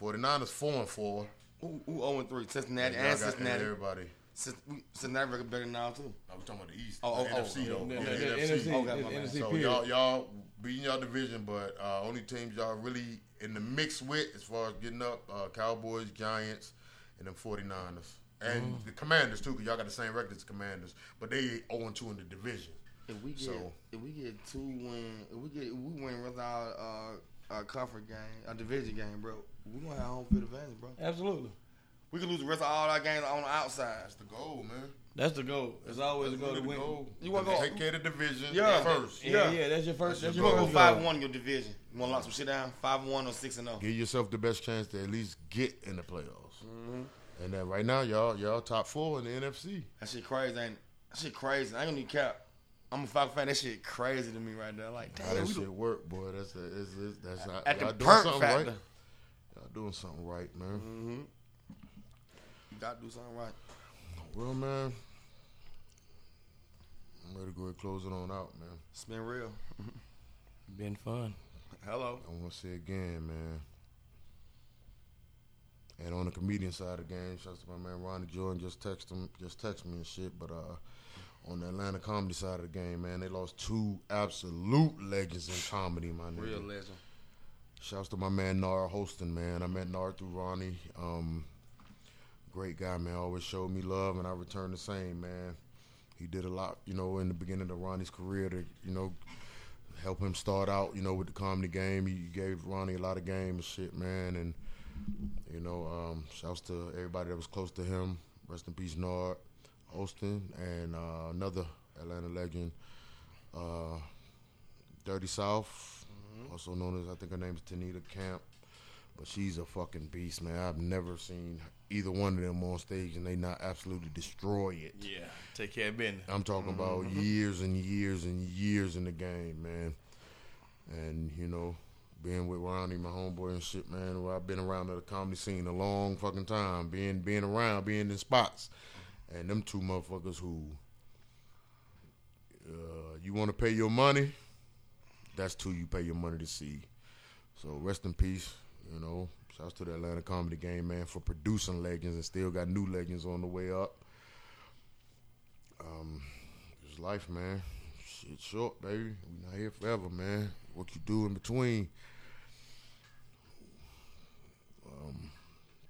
Speaker 1: 49ers 4 and 4.
Speaker 2: Who, who 0 3? Cincinnati
Speaker 1: Y'all
Speaker 2: oh and
Speaker 1: got
Speaker 2: Cincinnati.
Speaker 1: everybody.
Speaker 2: Cin- we- Cincinnati record better now, too.
Speaker 1: I was talking about the East.
Speaker 2: Oh, oh,
Speaker 1: the NFC
Speaker 2: oh,
Speaker 1: though.
Speaker 2: yeah,
Speaker 1: Yeah,
Speaker 2: yeah,
Speaker 1: the
Speaker 2: yeah,
Speaker 1: NFC.
Speaker 2: Oh, got my man.
Speaker 1: So y'all y'all beating y'all division, but uh, only teams y'all really in the mix with as far as getting up, uh, Cowboys, Giants, and them 49ers. And
Speaker 2: Mm.
Speaker 1: the Commanders too, because y'all got the same record as the Commanders, but they 0 2 in the division.
Speaker 2: If we get
Speaker 1: So-
Speaker 2: if we get two win, if we get if we win with our uh, our conference game, our division game, bro, we gonna have home field advantage, bro.
Speaker 3: Absolutely.
Speaker 2: We could lose the rest of all our games on the outside.
Speaker 1: That's the goal, man.
Speaker 3: That's the goal. It's always the
Speaker 1: That's
Speaker 3: goal to
Speaker 1: really
Speaker 3: win.
Speaker 1: the goal.
Speaker 2: You wanna go-
Speaker 1: take care of the division
Speaker 2: Yeah.
Speaker 1: first.
Speaker 3: Yeah,
Speaker 2: Yeah.
Speaker 3: yeah. That's your first. That's
Speaker 2: You
Speaker 3: your
Speaker 2: gonna go
Speaker 3: first
Speaker 2: five
Speaker 3: goal.
Speaker 2: one in your division? You wanna lock some shit down? Five one or six and oh. zero?
Speaker 1: Give yourself the best chance to at least get in the playoffs.
Speaker 2: Mm-hmm.
Speaker 1: And then right now, y'all y'all top four in the NFC.
Speaker 2: That shit crazy, ain't it? That shit crazy. I ain't gonna need cap. I'm a Falcon fan. That shit crazy to me right there. Like,
Speaker 1: How
Speaker 2: damn,
Speaker 1: that
Speaker 2: we
Speaker 1: shit
Speaker 2: the,
Speaker 1: work, boy? That's a, it's, it's, that's not,
Speaker 2: at
Speaker 1: y'all
Speaker 2: the
Speaker 1: doing
Speaker 2: perk
Speaker 1: something
Speaker 2: factor. Mm-hmm.
Speaker 1: right. Y'all doing something right, man.
Speaker 2: You gotta do something right.
Speaker 1: Well, man, I'm ready to go ahead and close it on out, man.
Speaker 2: It's been real.
Speaker 3: Been fun.
Speaker 2: Hello.
Speaker 1: I want to say again, man. And on the comedian side of the game, shouts to my man Ronnie Jordan. Just text him, just text me and shit. But uh, on the Atlanta comedy side of the game, man, they lost two absolute legends in comedy, my nigga.
Speaker 2: Real legend.
Speaker 1: Shouts to my man Nar Hostin, man. I met Nar through Ronnie. Um, great guy, man. Always showed me love, and I return the same, man. He did a lot, you know, in the beginning of Ronnie's career to, you know, help him start out, you know, with the comedy game. He gave Ronnie a lot of game and shit, man. And you know, um, shouts to everybody that was close to him. Rest in peace, Nard Hostin, and uh, another Atlanta legend, uh, Dirty South, also known as I think her name is Tanita Camp. But she's a fucking beast, man. I've never seen either one of them on stage and they not absolutely destroy it.
Speaker 3: Yeah. Take care of business.
Speaker 1: I'm talking about years and years and years in the game, man. And you know, being with Ronnie, my homeboy and shit, man. Well, I've been around the comedy scene a long fucking time, being being around, being in spots, and them two motherfuckers who uh, you want to pay your money, that's who you pay your money to see. So rest in peace, you know. Shouts to the Atlanta comedy game, man, for producing legends and still got new legends on the way up. It's life, man. Shit short, baby. We not here forever, man. What you do in between. Um, Um,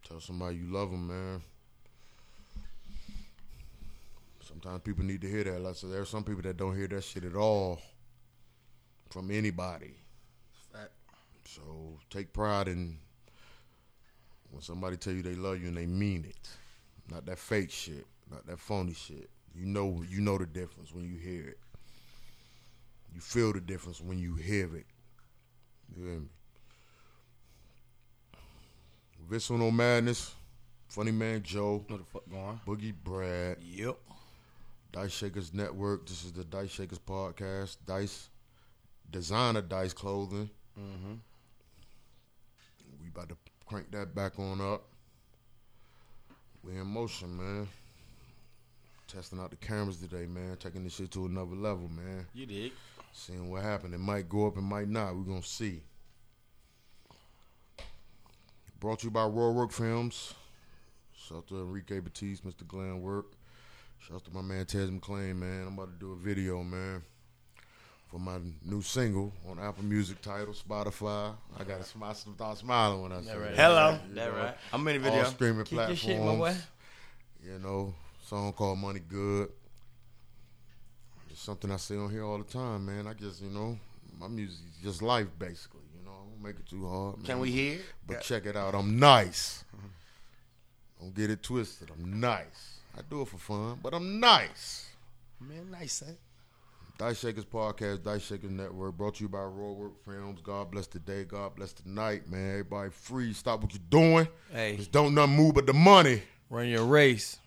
Speaker 1: tell somebody you love them, man. Sometimes people need to hear that. Like, so there are some people that don't hear that shit at all from anybody.
Speaker 2: Fact.
Speaker 1: So take pride in when somebody tell you they love you and they mean it. Not that fake shit, not that phony shit. You know you know the difference when you hear it. You feel the difference when you hear it. You hear me? Visceral No Madness, Funny Man Joe,
Speaker 2: What the fuck going on?
Speaker 1: Boogie Brad,
Speaker 2: Yep.
Speaker 1: Dice Shakers Network. This is the Dice Shakers podcast. Dice designer Dice clothing. We about to crank that back on up. We in motion, man. Testing out the cameras today, man. Taking this shit to another level, man.
Speaker 2: You dig?
Speaker 1: Seeing what happened. It might go up, it might not. We're gonna see. Brought to you by Royal Work Films. Shout out to Enrique Batiste, Mr. Glenn Work. Shout out to my man Tez McClain, man. I'm about to do a video, man. For my new single on Apple Music title, Spotify. I gotta smile start smiling when I say
Speaker 3: right.
Speaker 1: that.
Speaker 2: Hello.
Speaker 1: You
Speaker 3: That
Speaker 1: know,
Speaker 3: right.
Speaker 2: I'm in the
Speaker 1: All
Speaker 2: video.
Speaker 1: streaming
Speaker 3: Kick your
Speaker 1: platforms.
Speaker 3: shit, my boy.
Speaker 1: You know, song called Money Good. It's something I say on here all the time, man. I just, you know, my music is just life, basically. You know, I don't make it too hard. Man.
Speaker 2: Can we hear? it?
Speaker 1: But check it out. I'm nice. Don't get it twisted. I'm nice. I do it for fun, but I'm nice.
Speaker 2: Man, nice, son.
Speaker 1: Dice Shakers Podcast, Dice Shakers Network, brought to you by Raw Work Films. God bless the day. God bless the night, man. Everybody free. Stop what you're doing.
Speaker 3: Hey.
Speaker 1: Just don't nothing move but the money.
Speaker 3: Run your race.